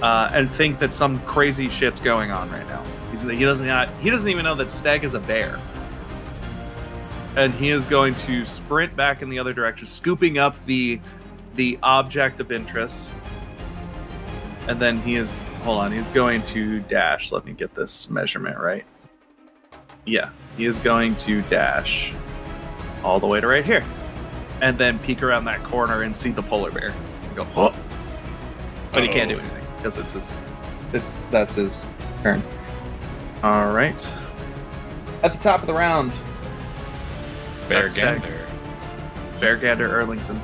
S1: uh, and think that some crazy shit's going on right now. He's, he doesn't not, he doesn't even know that Stag is a bear, and he is going to sprint back in the other direction, scooping up the the object of interest, and then he is hold on. He's going to dash. Let me get this measurement right. Yeah, he is going to dash all the way to right here and then peek around that corner and see the polar bear. And go, huh? But he can't do anything because it's his. It's that's his turn. All right. At the top of the round,
S3: Bear
S1: That's Stag.
S3: Gander.
S1: Bear Gander Erlingson.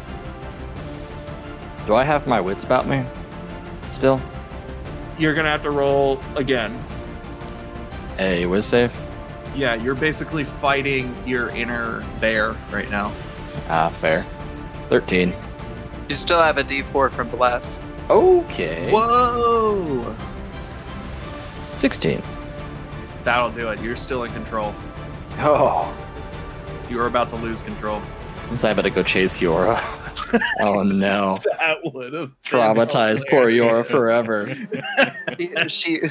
S4: Do I have my wits about me? Still?
S1: You're gonna have to roll again.
S4: A whiz save?
S1: Yeah, you're basically fighting your inner bear right now.
S4: Ah, fair. 13.
S5: You still have a D4 from Bless.
S4: Okay.
S1: Whoa!
S4: 16.
S1: That'll do it. You're still in control.
S4: Oh.
S1: You are about to lose control.
S4: So I better go chase (laughs) Yora. oh no.
S1: That would have
S4: Traumatized poor Yora forever. (laughs)
S5: she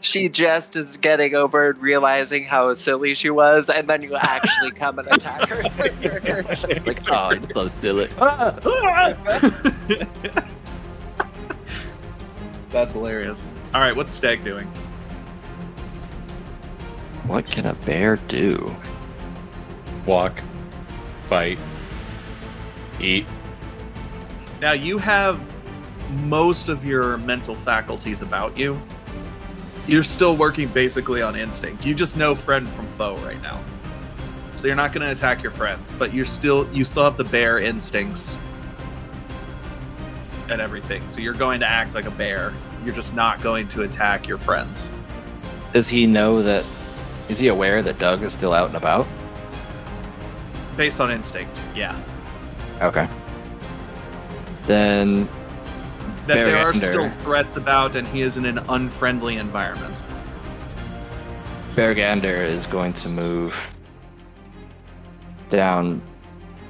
S5: she just is getting over and realizing how silly she was, and then you actually come and attack her.
S4: like, oh, I'm so silly.
S1: Ah! (laughs) That's hilarious. All right, what's Stag doing?
S4: What can a bear do?
S3: Walk. Fight. Eat.
S1: Now you have most of your mental faculties about you. You're still working basically on instinct. You just know friend from foe right now. So you're not going to attack your friends, but you're still you still have the bear instincts and everything. So you're going to act like a bear. You're just not going to attack your friends.
S4: Does he know that? Is he aware that Doug is still out and about?
S1: Based on instinct. Yeah.
S4: Okay. Then
S1: That
S4: Bear
S1: there are
S4: Gander.
S1: still threats about and he is in an unfriendly environment.
S4: Bergander is going to move down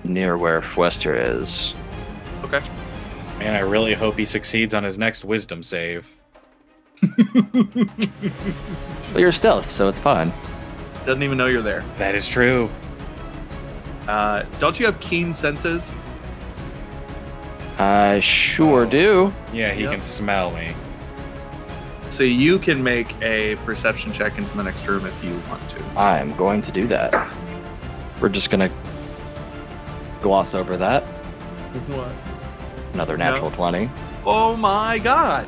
S4: near where Fwester is.
S3: Man, I really hope he succeeds on his next wisdom save.
S4: But you're stealth, so it's fine.
S1: Doesn't even know you're there.
S3: That is true.
S1: Uh, don't you have keen senses?
S4: I sure
S3: Oh.
S4: do.
S3: Yeah, he
S1: Yep.
S3: can smell me.
S1: So you can make a perception check into the next room if you want to.
S4: I am going to do that. We're just gonna gloss over that.
S1: What?
S4: Another
S1: No.
S4: natural 20.
S1: Oh my god!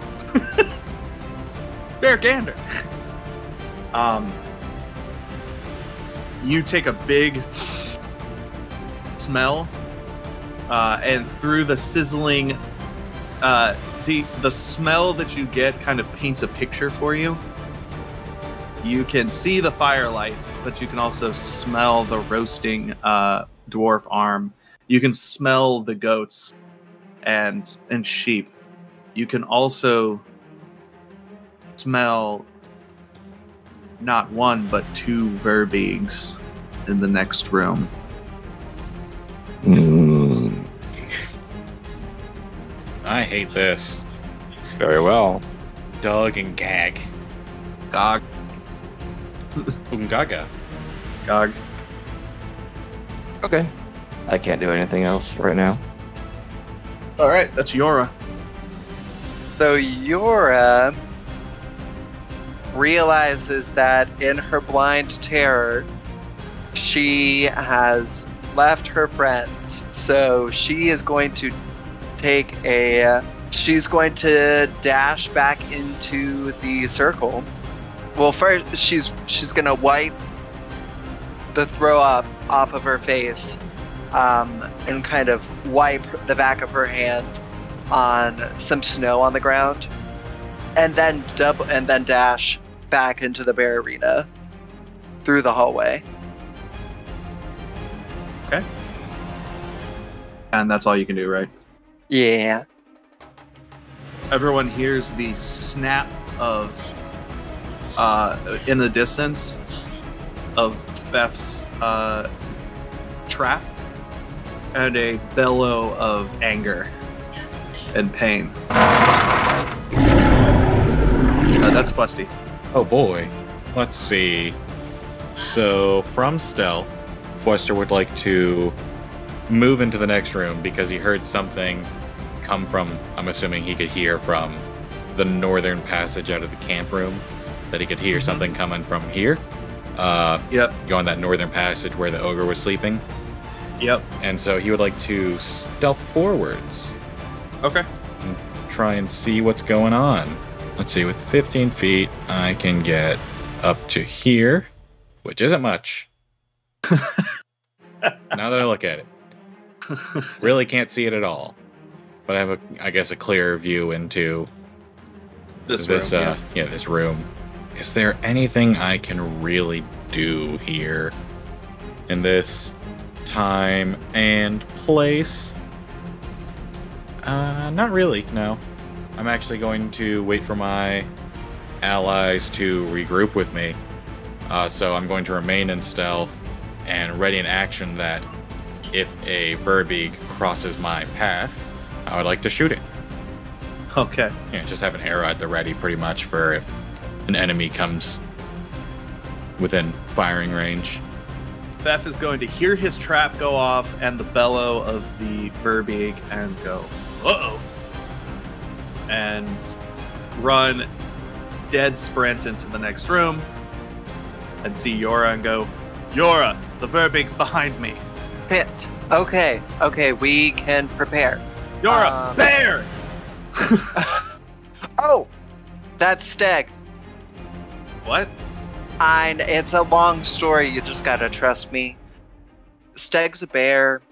S1: Bear Gander! Um, you take a big smell, uh, and through the sizzling, uh, the the smell that you get kind of paints a picture for you. You can see the firelight, but you can also smell the roasting uh, dwarf arm. You can smell the goats and and sheep. You can also smell not one but two verbeegs in the next room.
S4: Mm,
S3: I hate this.
S4: very well.
S3: Doug and Gag.
S1: Gog
S3: Umgaga.
S1: Gog.
S4: Okay. I can't do anything else right now.
S1: All right, that's Yora.
S5: So Yora realizes that in her blind terror, she has left her friends. So she is going to take a. She's going to dash back into the circle. Well, first she's she's gonna wipe the throw up off of her face, um, and kind of wipe the back of her hand on some snow on the ground, and then double and then dash back into the bear arena through the hallway.
S1: And that's all you can do, right?
S5: Yeah.
S1: Everyone hears the snap of, uh, in the distance, of Fef's uh, trap, and a bellow of anger and pain. Uh, that's Fusty.
S3: Oh boy. Let's see. So from stealth, Foister would like to move into the next room because he heard something come from I'm assuming he could hear from the northern passage out of the camp room. That he could hear something coming from here. Uh
S1: Yep,
S3: going that northern passage where the ogre was sleeping.
S1: yep.
S3: And so he would like to stealth forwards.
S1: Okay.
S3: And try and see what's going on. Let's see, with 15 feet, I can get up to here, which isn't much. now that I look at it, really can't see it at all. But I have, a, I guess, a clearer view into
S1: This,
S3: this,
S1: room.
S3: uh, yeah. this room. Is there anything I can really do here in this time and place? Uh, not really. No, I'm actually going to wait for my allies to regroup with me. Uh, so I'm going to remain in stealth and ready in action that if a Verbeeg crosses my path, I would like to shoot it.
S1: yeah. Okay.
S3: Yeah, just have an arrow at the ready pretty much for if an enemy comes within firing range.
S1: Beth is going to hear his trap go off and the bellow of the Verbeeg and go, uh oh. And run dead sprint into the next room and see Yora and go, Yora, the Verbeeg's behind me.
S5: Fit. Okay. Okay. We can prepare.
S1: Yora,
S5: Um,
S1: bear!
S5: Oh, that's Steg.
S1: What?
S5: I. It's a long story. You just gotta trust me. Steg's a bear.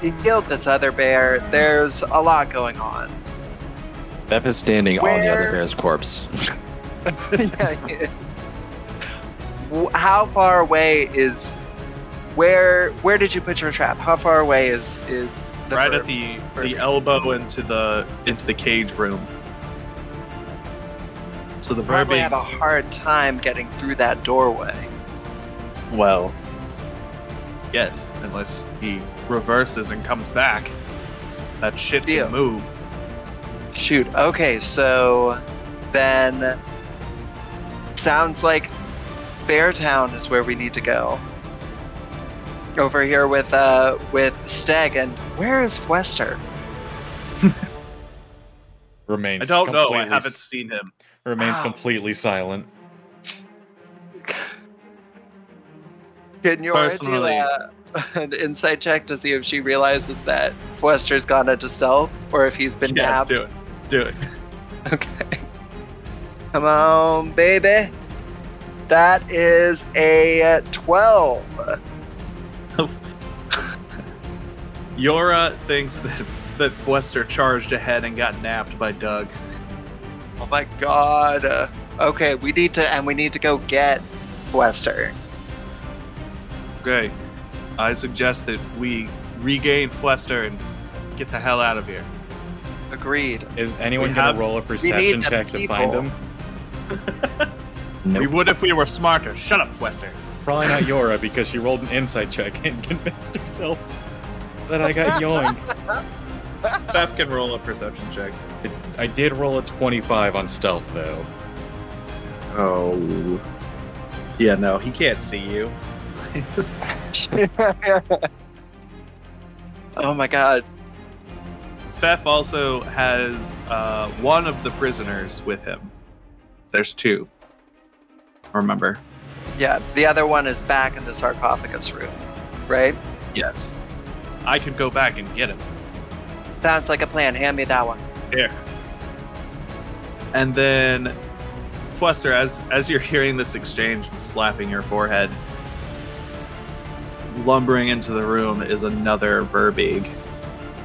S5: he killed this other bear. There's a lot going on.
S4: Bep is standing on the
S5: Where-
S4: other bear's corpse.
S5: yeah, yeah. W- How far away is where? Where did you put your trap? How far away is is the
S1: right at
S5: bird?
S1: the
S5: Verbeeg.
S1: the elbow into the into the cage room. So the
S5: Probably had a
S1: Verbeeg's
S5: hard time getting through that doorway.
S1: Well, yes, unless he reverses and comes back. That shit
S5: Deal.
S1: can move.
S5: Shoot. Okay, so then sounds like Beartown is where we need to go. Over here with uh with Steg and where is Wester?
S3: Remains.
S1: I don't know. I
S3: completely-
S1: haven't seen him.
S3: Remains
S5: Ow.
S3: completely silent.
S5: Can you wanna do
S1: Personally-
S5: uh, (laughs) an insight check to see if she realizes that Wester's gone into stealth or if he's been
S1: Yeah,
S5: nabbed?
S1: do it. Do it.
S5: (laughs) Okay. Come on, baby. That is a 12.
S1: Yora thinks that that Fwester charged ahead and got napped by Doug.
S5: Oh my god. Uh, Okay, we need to, and we need to go get Wester.
S1: Okay. I suggest that we regain Fwester and get the hell out of here.
S5: Agreed.
S3: Is anyone
S1: We
S3: gonna
S1: have-
S3: roll a
S5: need
S3: perception
S5: the
S3: check to find him?
S5: people.
S1: We
S4: Nope.
S1: would if we were smarter. Shut up,
S5: (laughs)
S1: Fwester.
S3: Probably not Yora because she rolled an insight check and (laughs) convinced herself that I
S1: (laughs)
S3: got yoinked.
S1: Theft can roll a perception check.
S3: I did roll a 25 on stealth though.
S1: Oh. Yeah, no, he can't see you. (laughs)
S5: oh my god.
S1: Thef also has uh, one of the prisoners with him. There's two. Remember?
S5: Yeah, the other one is back in the sarcophagus room, right?
S1: Yes. I could go back and get him.
S5: Sounds like a plan. Hand me that one.
S1: And then, Fwester, as as you're hearing this exchange and slapping your forehead, lumbering into the room is another Verbeeg.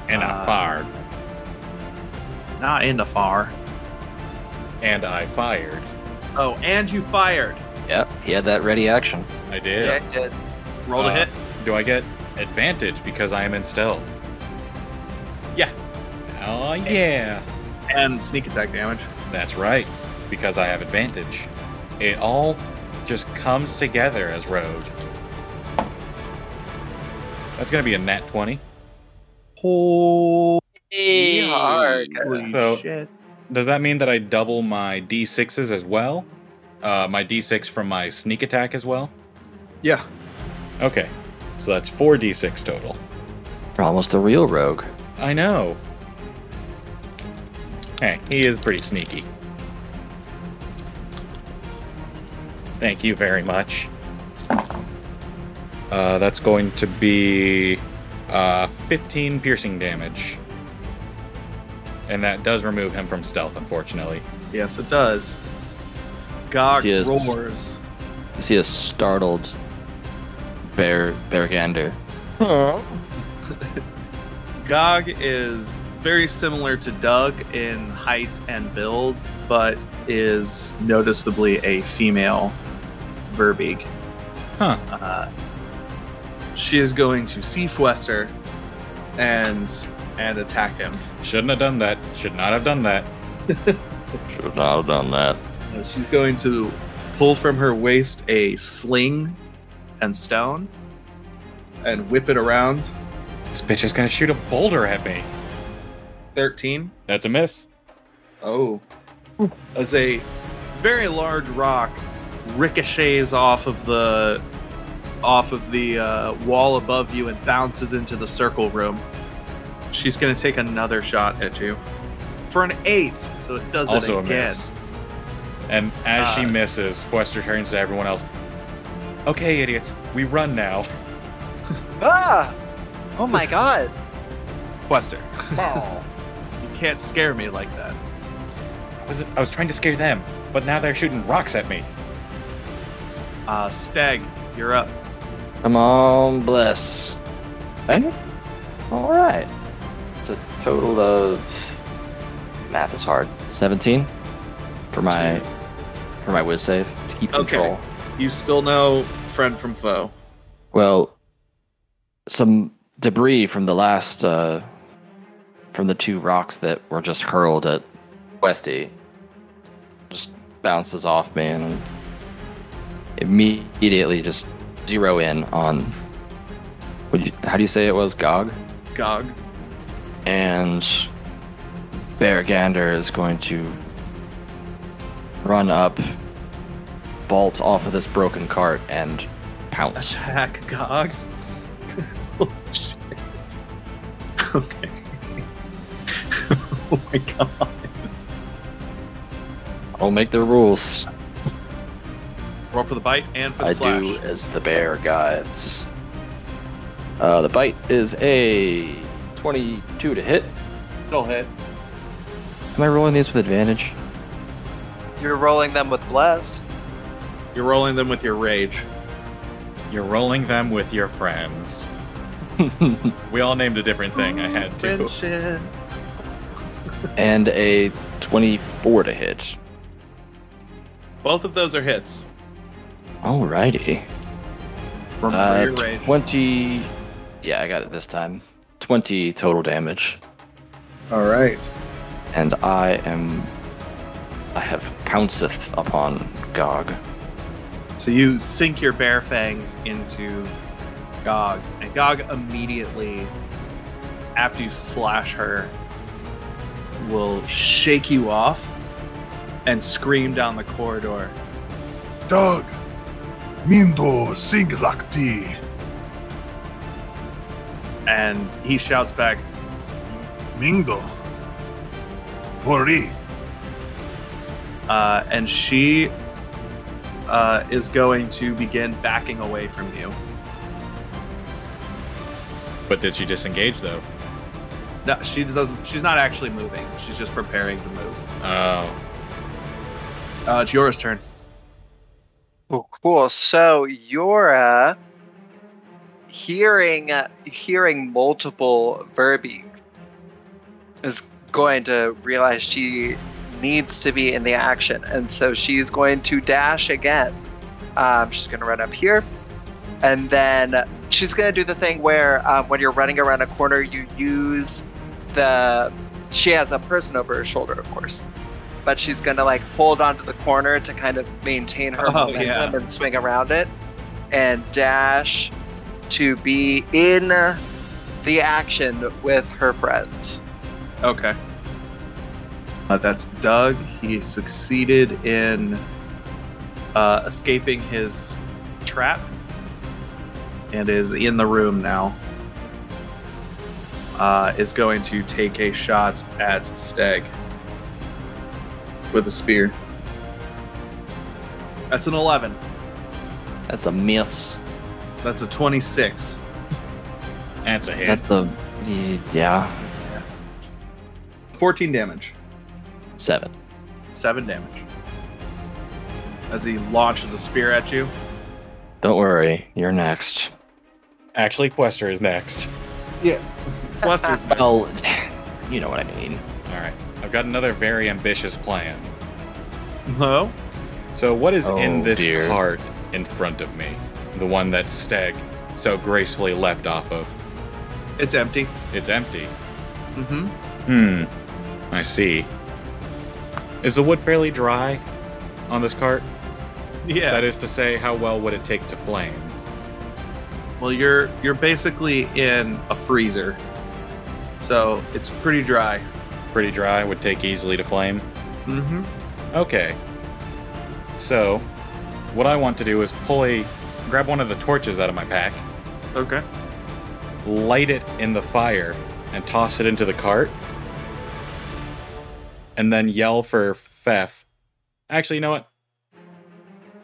S3: And
S1: Uh,
S3: I fired.
S1: Not in the far.
S3: And I fired.
S1: Oh, and you fired.
S4: Yep, he had that ready action.
S3: I did.
S5: it did.
S1: Roll
S3: Uh,
S1: to hit.
S3: Do I get advantage because I am in stealth?
S1: Yeah.
S3: Oh yeah.
S1: And sneak attack damage.
S3: That's right. Because I have advantage. It all just comes together as road. That's gonna be a nat twenty.
S5: Yeehaw,
S3: So
S5: good.
S3: does that mean that I double my D sixes as well? Uh, my D six from my sneak attack as well?
S1: Yeah.
S3: Okay. So that's four D six total.
S4: You're almost a real rogue.
S3: I know. Hey, he is pretty sneaky. Thank you very much. Uh, that's going to be uh, 15 piercing damage. And that does remove him from stealth, unfortunately.
S1: Yes, it does. Gog
S4: See, it's-
S1: roars.
S4: You see a startled bear Bergander.
S1: Gog is very similar to Doug in height and build, but is noticeably a female Verbeeg.
S3: Huh.
S1: Uh, she is going to see Fwester and and attack him.
S3: Shouldn't have done that. Should not have done that.
S4: Should not have done that.
S1: Uh, she's going to pull from her waist a sling and stone and whip it around.
S3: This bitch is gonna shoot a boulder at me.
S1: 13.
S3: That's a miss.
S1: Oh. As a very large rock ricochets off of the off of the uh, wall above you and bounces into the circle room. She's going to take another shot at you for an eight, so it does
S3: also
S1: it
S3: a
S1: again.
S3: miss. And as she
S1: Uh,
S3: misses, Foester turns to everyone else. Okay, idiots, we run now.
S5: Ah! Oh my (laughs) god.
S1: Quester, you can't scare me like that.
S3: I was, I was trying to scare them, but now they're shooting rocks at me.
S1: Uh, Stag, you're up.
S4: Come on, bless. Hey? Alright. It's a total of math is hard. Seventeen for my for my whiz save to keep
S1: Okay.
S4: control.
S1: You still know friend from foe.
S4: Well, some debris from the last, uh, from the two rocks that were just hurled at Westy just bounces off me and immediately just zero in on. Would you, how do you say it was? Gog?
S1: Gog.
S4: And Baragander is going to run up, bolt off of this broken cart, and pounce.
S1: Attack Gog. oh, shit. (laughs) (laughs) Okay. oh my god.
S4: I'll make the rules.
S1: Roll for the bite and for the
S4: I
S1: slash.
S4: do as the bear guides. Uh, the bite is a 22 to hit.
S1: It'll hit.
S4: Am I rolling these with advantage?
S5: You're rolling them with bless.
S1: You're rolling them with your rage.
S3: You're rolling them with your friends.
S4: (laughs)
S3: we all named a different thing. I had to.
S1: Friendship.
S4: and a 24 to hit.
S1: Both of those are hits.
S4: Alrighty.
S1: From
S4: Uh,
S1: your rage.
S4: 20. Yeah, I got it this time. 20 total damage.
S1: All right.
S4: And I am. I have pounceth upon Gog.
S1: So you sink your bear fangs into Gog, and Gog immediately, after you slash her, will shake you off and scream down the corridor.
S6: dog. Mindo singlakti.
S1: And he shouts back,
S6: Mingo. Hori.
S1: uh, and she uh, is going to begin backing away from you.
S3: But did she disengage though?
S1: No, she doesn't. She's not actually moving. She's just preparing to move.
S3: Oh,
S1: Uh, it's Yora's turn.
S5: Oh, cool. So Yora, hearing uh, hearing multiple verbi, is going to realize she needs to be in the action, and so she's going to dash again. Um, she's going to run up here, and then she's going to do the thing where um, when you're running around a corner, you use the. She has a person over her shoulder, of course, but she's going to like hold onto the corner to kind of maintain her
S1: Oh,
S5: momentum
S1: yeah.
S5: and swing around it, and dash to be in the action with her friends.
S1: Okay. Uh, that's Doug. He succeeded in uh, escaping his trap and is in the room now. Uh, is going to take a shot at Steg with a spear. That's an 11.
S4: That's a miss.
S1: That's a 26.
S3: that's a hit.
S4: That's the yeah
S1: 14 damage.
S4: seven.
S1: 7 damage. As he launches a spear at you.
S4: Don't worry, you're next.
S3: Actually, Quester is next.
S1: Fluster's next.
S4: Well, (laughs) you know what I mean.
S3: All right, I've got another very ambitious plan.
S1: Hello?
S3: So, what is in
S4: Oh,
S3: this
S4: dear.
S3: cart in front of me? The one that Steg so gracefully leapt off of.
S1: It's empty.
S3: It's empty.
S1: Mm-hmm.
S3: Hmm. I see. Is the wood fairly dry on this cart?
S1: Yeah.
S3: That is to say, how well would it take to flame?
S1: well, you're you're basically in a freezer, so it's pretty dry.
S3: Pretty dry, would take easily to flame.
S1: Mm-hmm.
S3: Okay. So, what I want to do is pull a. grab one of the torches out of my pack,
S1: Okay.
S3: light it in the fire, and toss it into the cart. And then yell for Fef. Actually, you know what?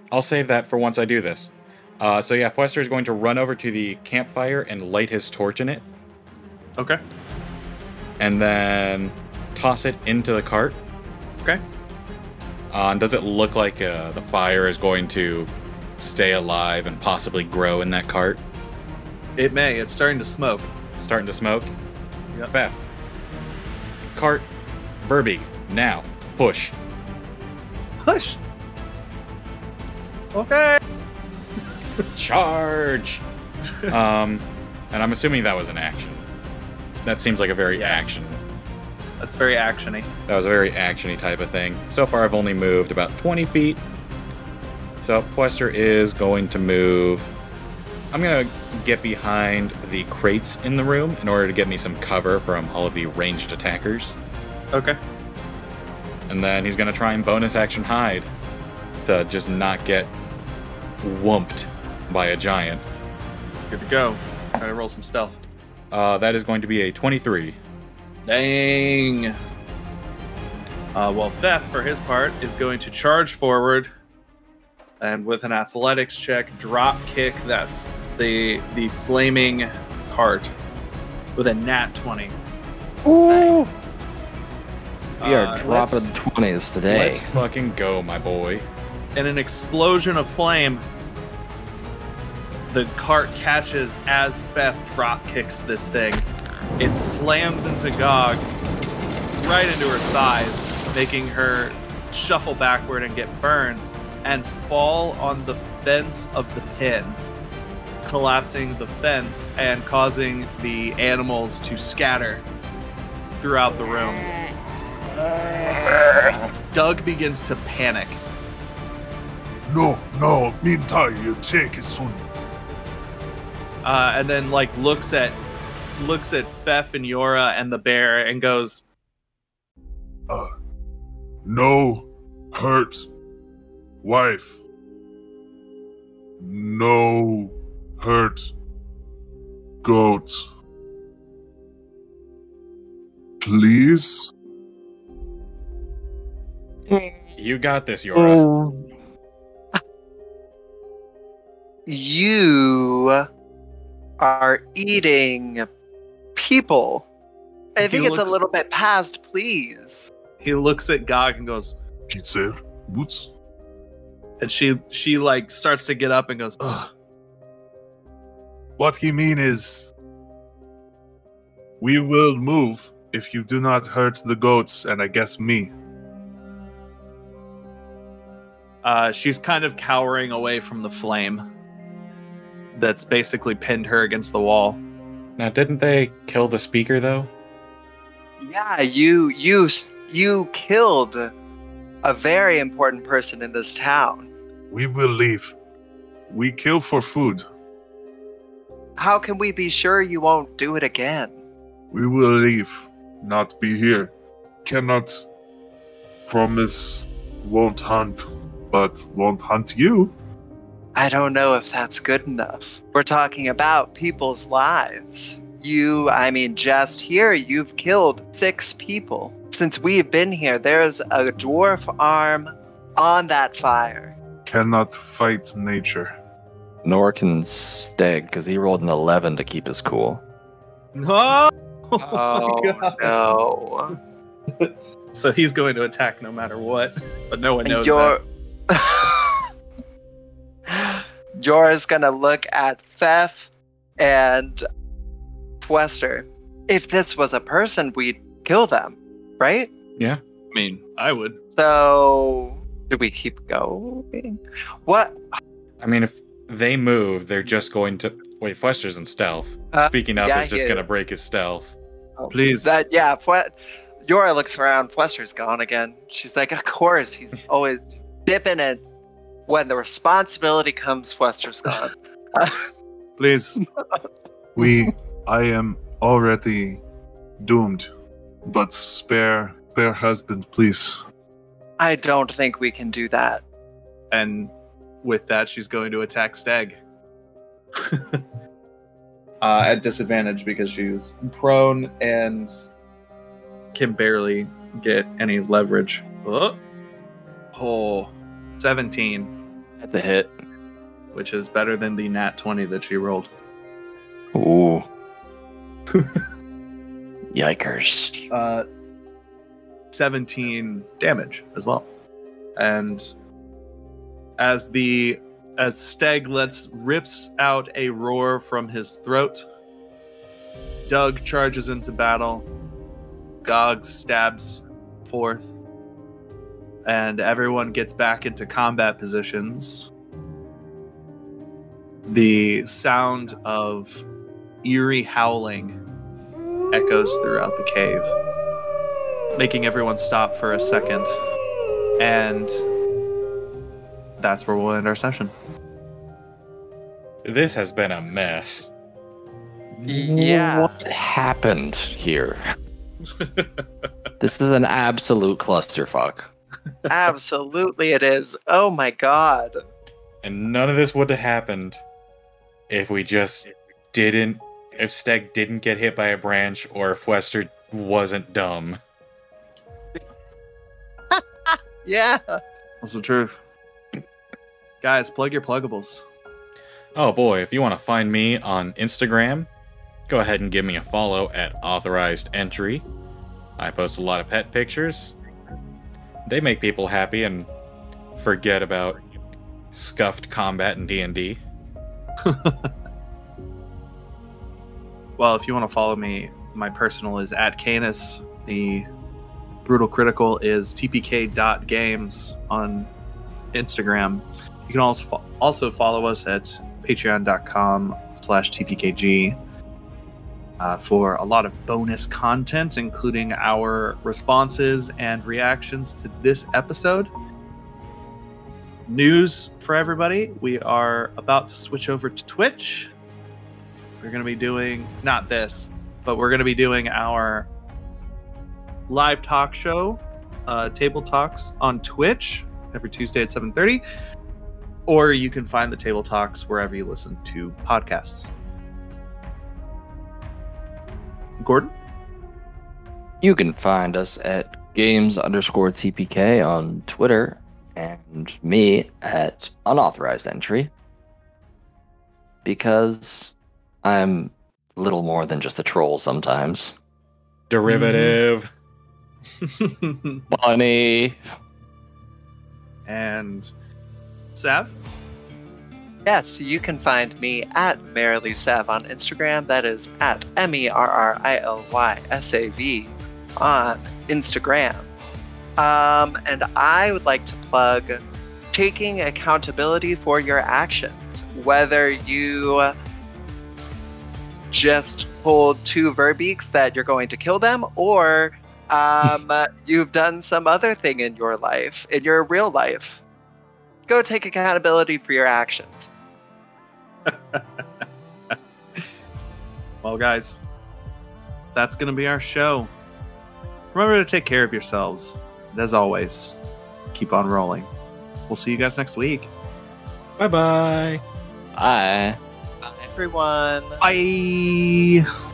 S3: I'll save that for once I do this. Uh, so, yeah, Fester is going to run over to the campfire and light his torch in it,
S1: Okay.
S3: and then toss it into the cart.
S1: Okay.
S3: Uh, and does it look like uh, the fire is going to stay alive and possibly grow in that cart?
S1: It may. It's starting to smoke.
S3: Starting to smoke?
S1: Yep.
S3: Fef. Cart. Verbi. Now.
S1: (laughs)
S3: Push.
S1: Push. Okay.
S3: Charge! um, and I'm assuming that was an action. That seems like a very
S1: Yes.
S3: action.
S1: That's very actiony.
S3: That was a very actiony type of thing. So far, I've only moved about 20 feet. So Fester is going to move. I'm gonna get behind the crates in the room in order to get me some cover from all of the ranged attackers,
S1: Okay.
S3: and then he's gonna try and bonus action hide to just not get whumped by a giant.
S1: Good to go. Try to roll some stealth.
S3: Uh, that is going to be a 23.
S1: Dang. Uh, well, Theft, for his part, is going to charge forward and with an athletics check, drop kick that f- the the flaming cart with a nat 20.
S4: Ooh. We are
S1: Uh,
S4: dropping
S1: let's-
S4: twenties
S3: Let's
S4: today.
S3: fucking go, my boy.
S1: In an explosion of flame, the cart catches as Theft drop kicks this thing. It slams into Gog right into her thighs, making her shuffle backward and get burned and fall on the fence of the pen, collapsing the fence and causing the animals to scatter throughout the room. Doug begins to panic.
S6: No, no, Mintai, you take it soon.
S1: uh, and then like looks at looks at Fef and Yora and the bear and goes,
S6: No, hurt. Wife, No hurt goat. Please?
S3: You got this, Yora.
S5: You are eating people. I
S1: He
S5: think it's a
S1: looks-
S5: little bit past, please.
S1: He looks at Gog and goes,
S6: Pizza? Woods?
S1: and she she like starts to get up and goes, Ugh.
S6: What he mean is, we will move if you do not hurt the goats, and I guess me.
S1: Uh, she's kind of cowering away from the flame that's basically pinned her against the wall.
S3: Now, didn't they kill the speaker though?
S5: Yeah, you you s- you killed a very important person in this town.
S6: We will leave. We kill for food.
S5: How can we be sure you won't do it again?
S6: We will leave, not be here. Cannot promise won't hunt, but won't hunt you.
S5: I don't know if that's good enough. We're talking about people's lives. You, I mean, just here, you've killed six people. Since we've been here, there's a dwarf arm on that fire.
S6: Cannot fight nature.
S4: Nor can Steg because he rolled an 11 to keep his cool.
S1: No.
S5: Oh, no.
S1: So he's going to attack no matter what, but no one
S5: And
S1: knows
S5: Yor- (laughs) Yor's gonna look at Theth and Twester. If this was a person, we'd kill them, right?
S1: that. I mean, I would.
S5: So, do we keep going? What?
S3: I mean, if they move, they're just going to. Wait, Fester's in stealth.
S5: Uh,
S3: Speaking up
S5: yeah,
S3: is just
S5: yeah.
S3: going to break his stealth.
S1: Please.
S5: That yeah. Fle- Yora looks around. Flester's gone again. She's like, of course. He's always dipping it. When the responsibility comes, Flester's gone.
S6: Please. we I am already doomed. But spare spare husband, please.
S5: I don't think we can do that.
S1: and with that, she's going to attack (laughs) Stag. uh, at disadvantage because she's prone and can barely get any leverage. Oh, oh 17.
S4: That's a hit.
S1: which is better than the nat 20 that she rolled.
S4: Ooh. (laughs) Yikers.
S1: Uh, 17 damage as well. And as the as Steg lets rips out a roar from his throat, Doug charges into battle. Gog stabs forth, and everyone gets back into combat positions. The sound of eerie howling echoes throughout the cave, making everyone stop for a second. And that's where we'll end our session.
S3: This has been a mess.
S5: Yeah.
S4: What happened here? this is an absolute clusterfuck.
S5: Absolutely, it is. Oh my god.
S3: And none of this would have happened if we just didn't. If Steg didn't get hit by a branch or if Wester wasn't dumb.
S5: Yeah.
S1: That's the truth. Guys, plug your pluggables.
S3: Oh boy, if you want to find me on Instagram, go ahead and give me a follow at authorized entry. I post a lot of pet pictures. They make people happy and forget about scuffed combat in D&D.
S1: Well, if you want to follow me, my personal is at Canis. The Brutal Critical is tpk.games on Instagram. You can also fo- also follow us at patreon.com slash tpkg uh, for a lot of bonus content, including our responses and reactions to this episode. News for everybody, we are about to switch over to Twitch we're going to be doing not this but we're going to be doing our live talk show uh, table talks on twitch every tuesday at 7.30 or you can find the Table Talks wherever you listen to podcasts. Gordon?
S4: You can find us at games underscore TPK on Twitter and me at unauthorized entry because I'm little more than just a troll sometimes.
S3: Derivative.
S4: Bunny.
S1: and Sav?
S5: Yes, you can find me at Marilu Sav on Instagram. That is at M E R R I L Y S A V on Instagram. Um, and I would like to plug taking accountability for your actions, whether you just told two Verbeeks that you're going to kill them or um, you've done some other thing in your life, in your real life go take accountability for your actions.
S1: Well, guys, that's going to be our show. Remember to take care of yourselves. And as always, keep on rolling. We'll see you guys next week.
S3: Bye bye.
S4: Bye.
S5: Bye, everyone.
S1: Bye.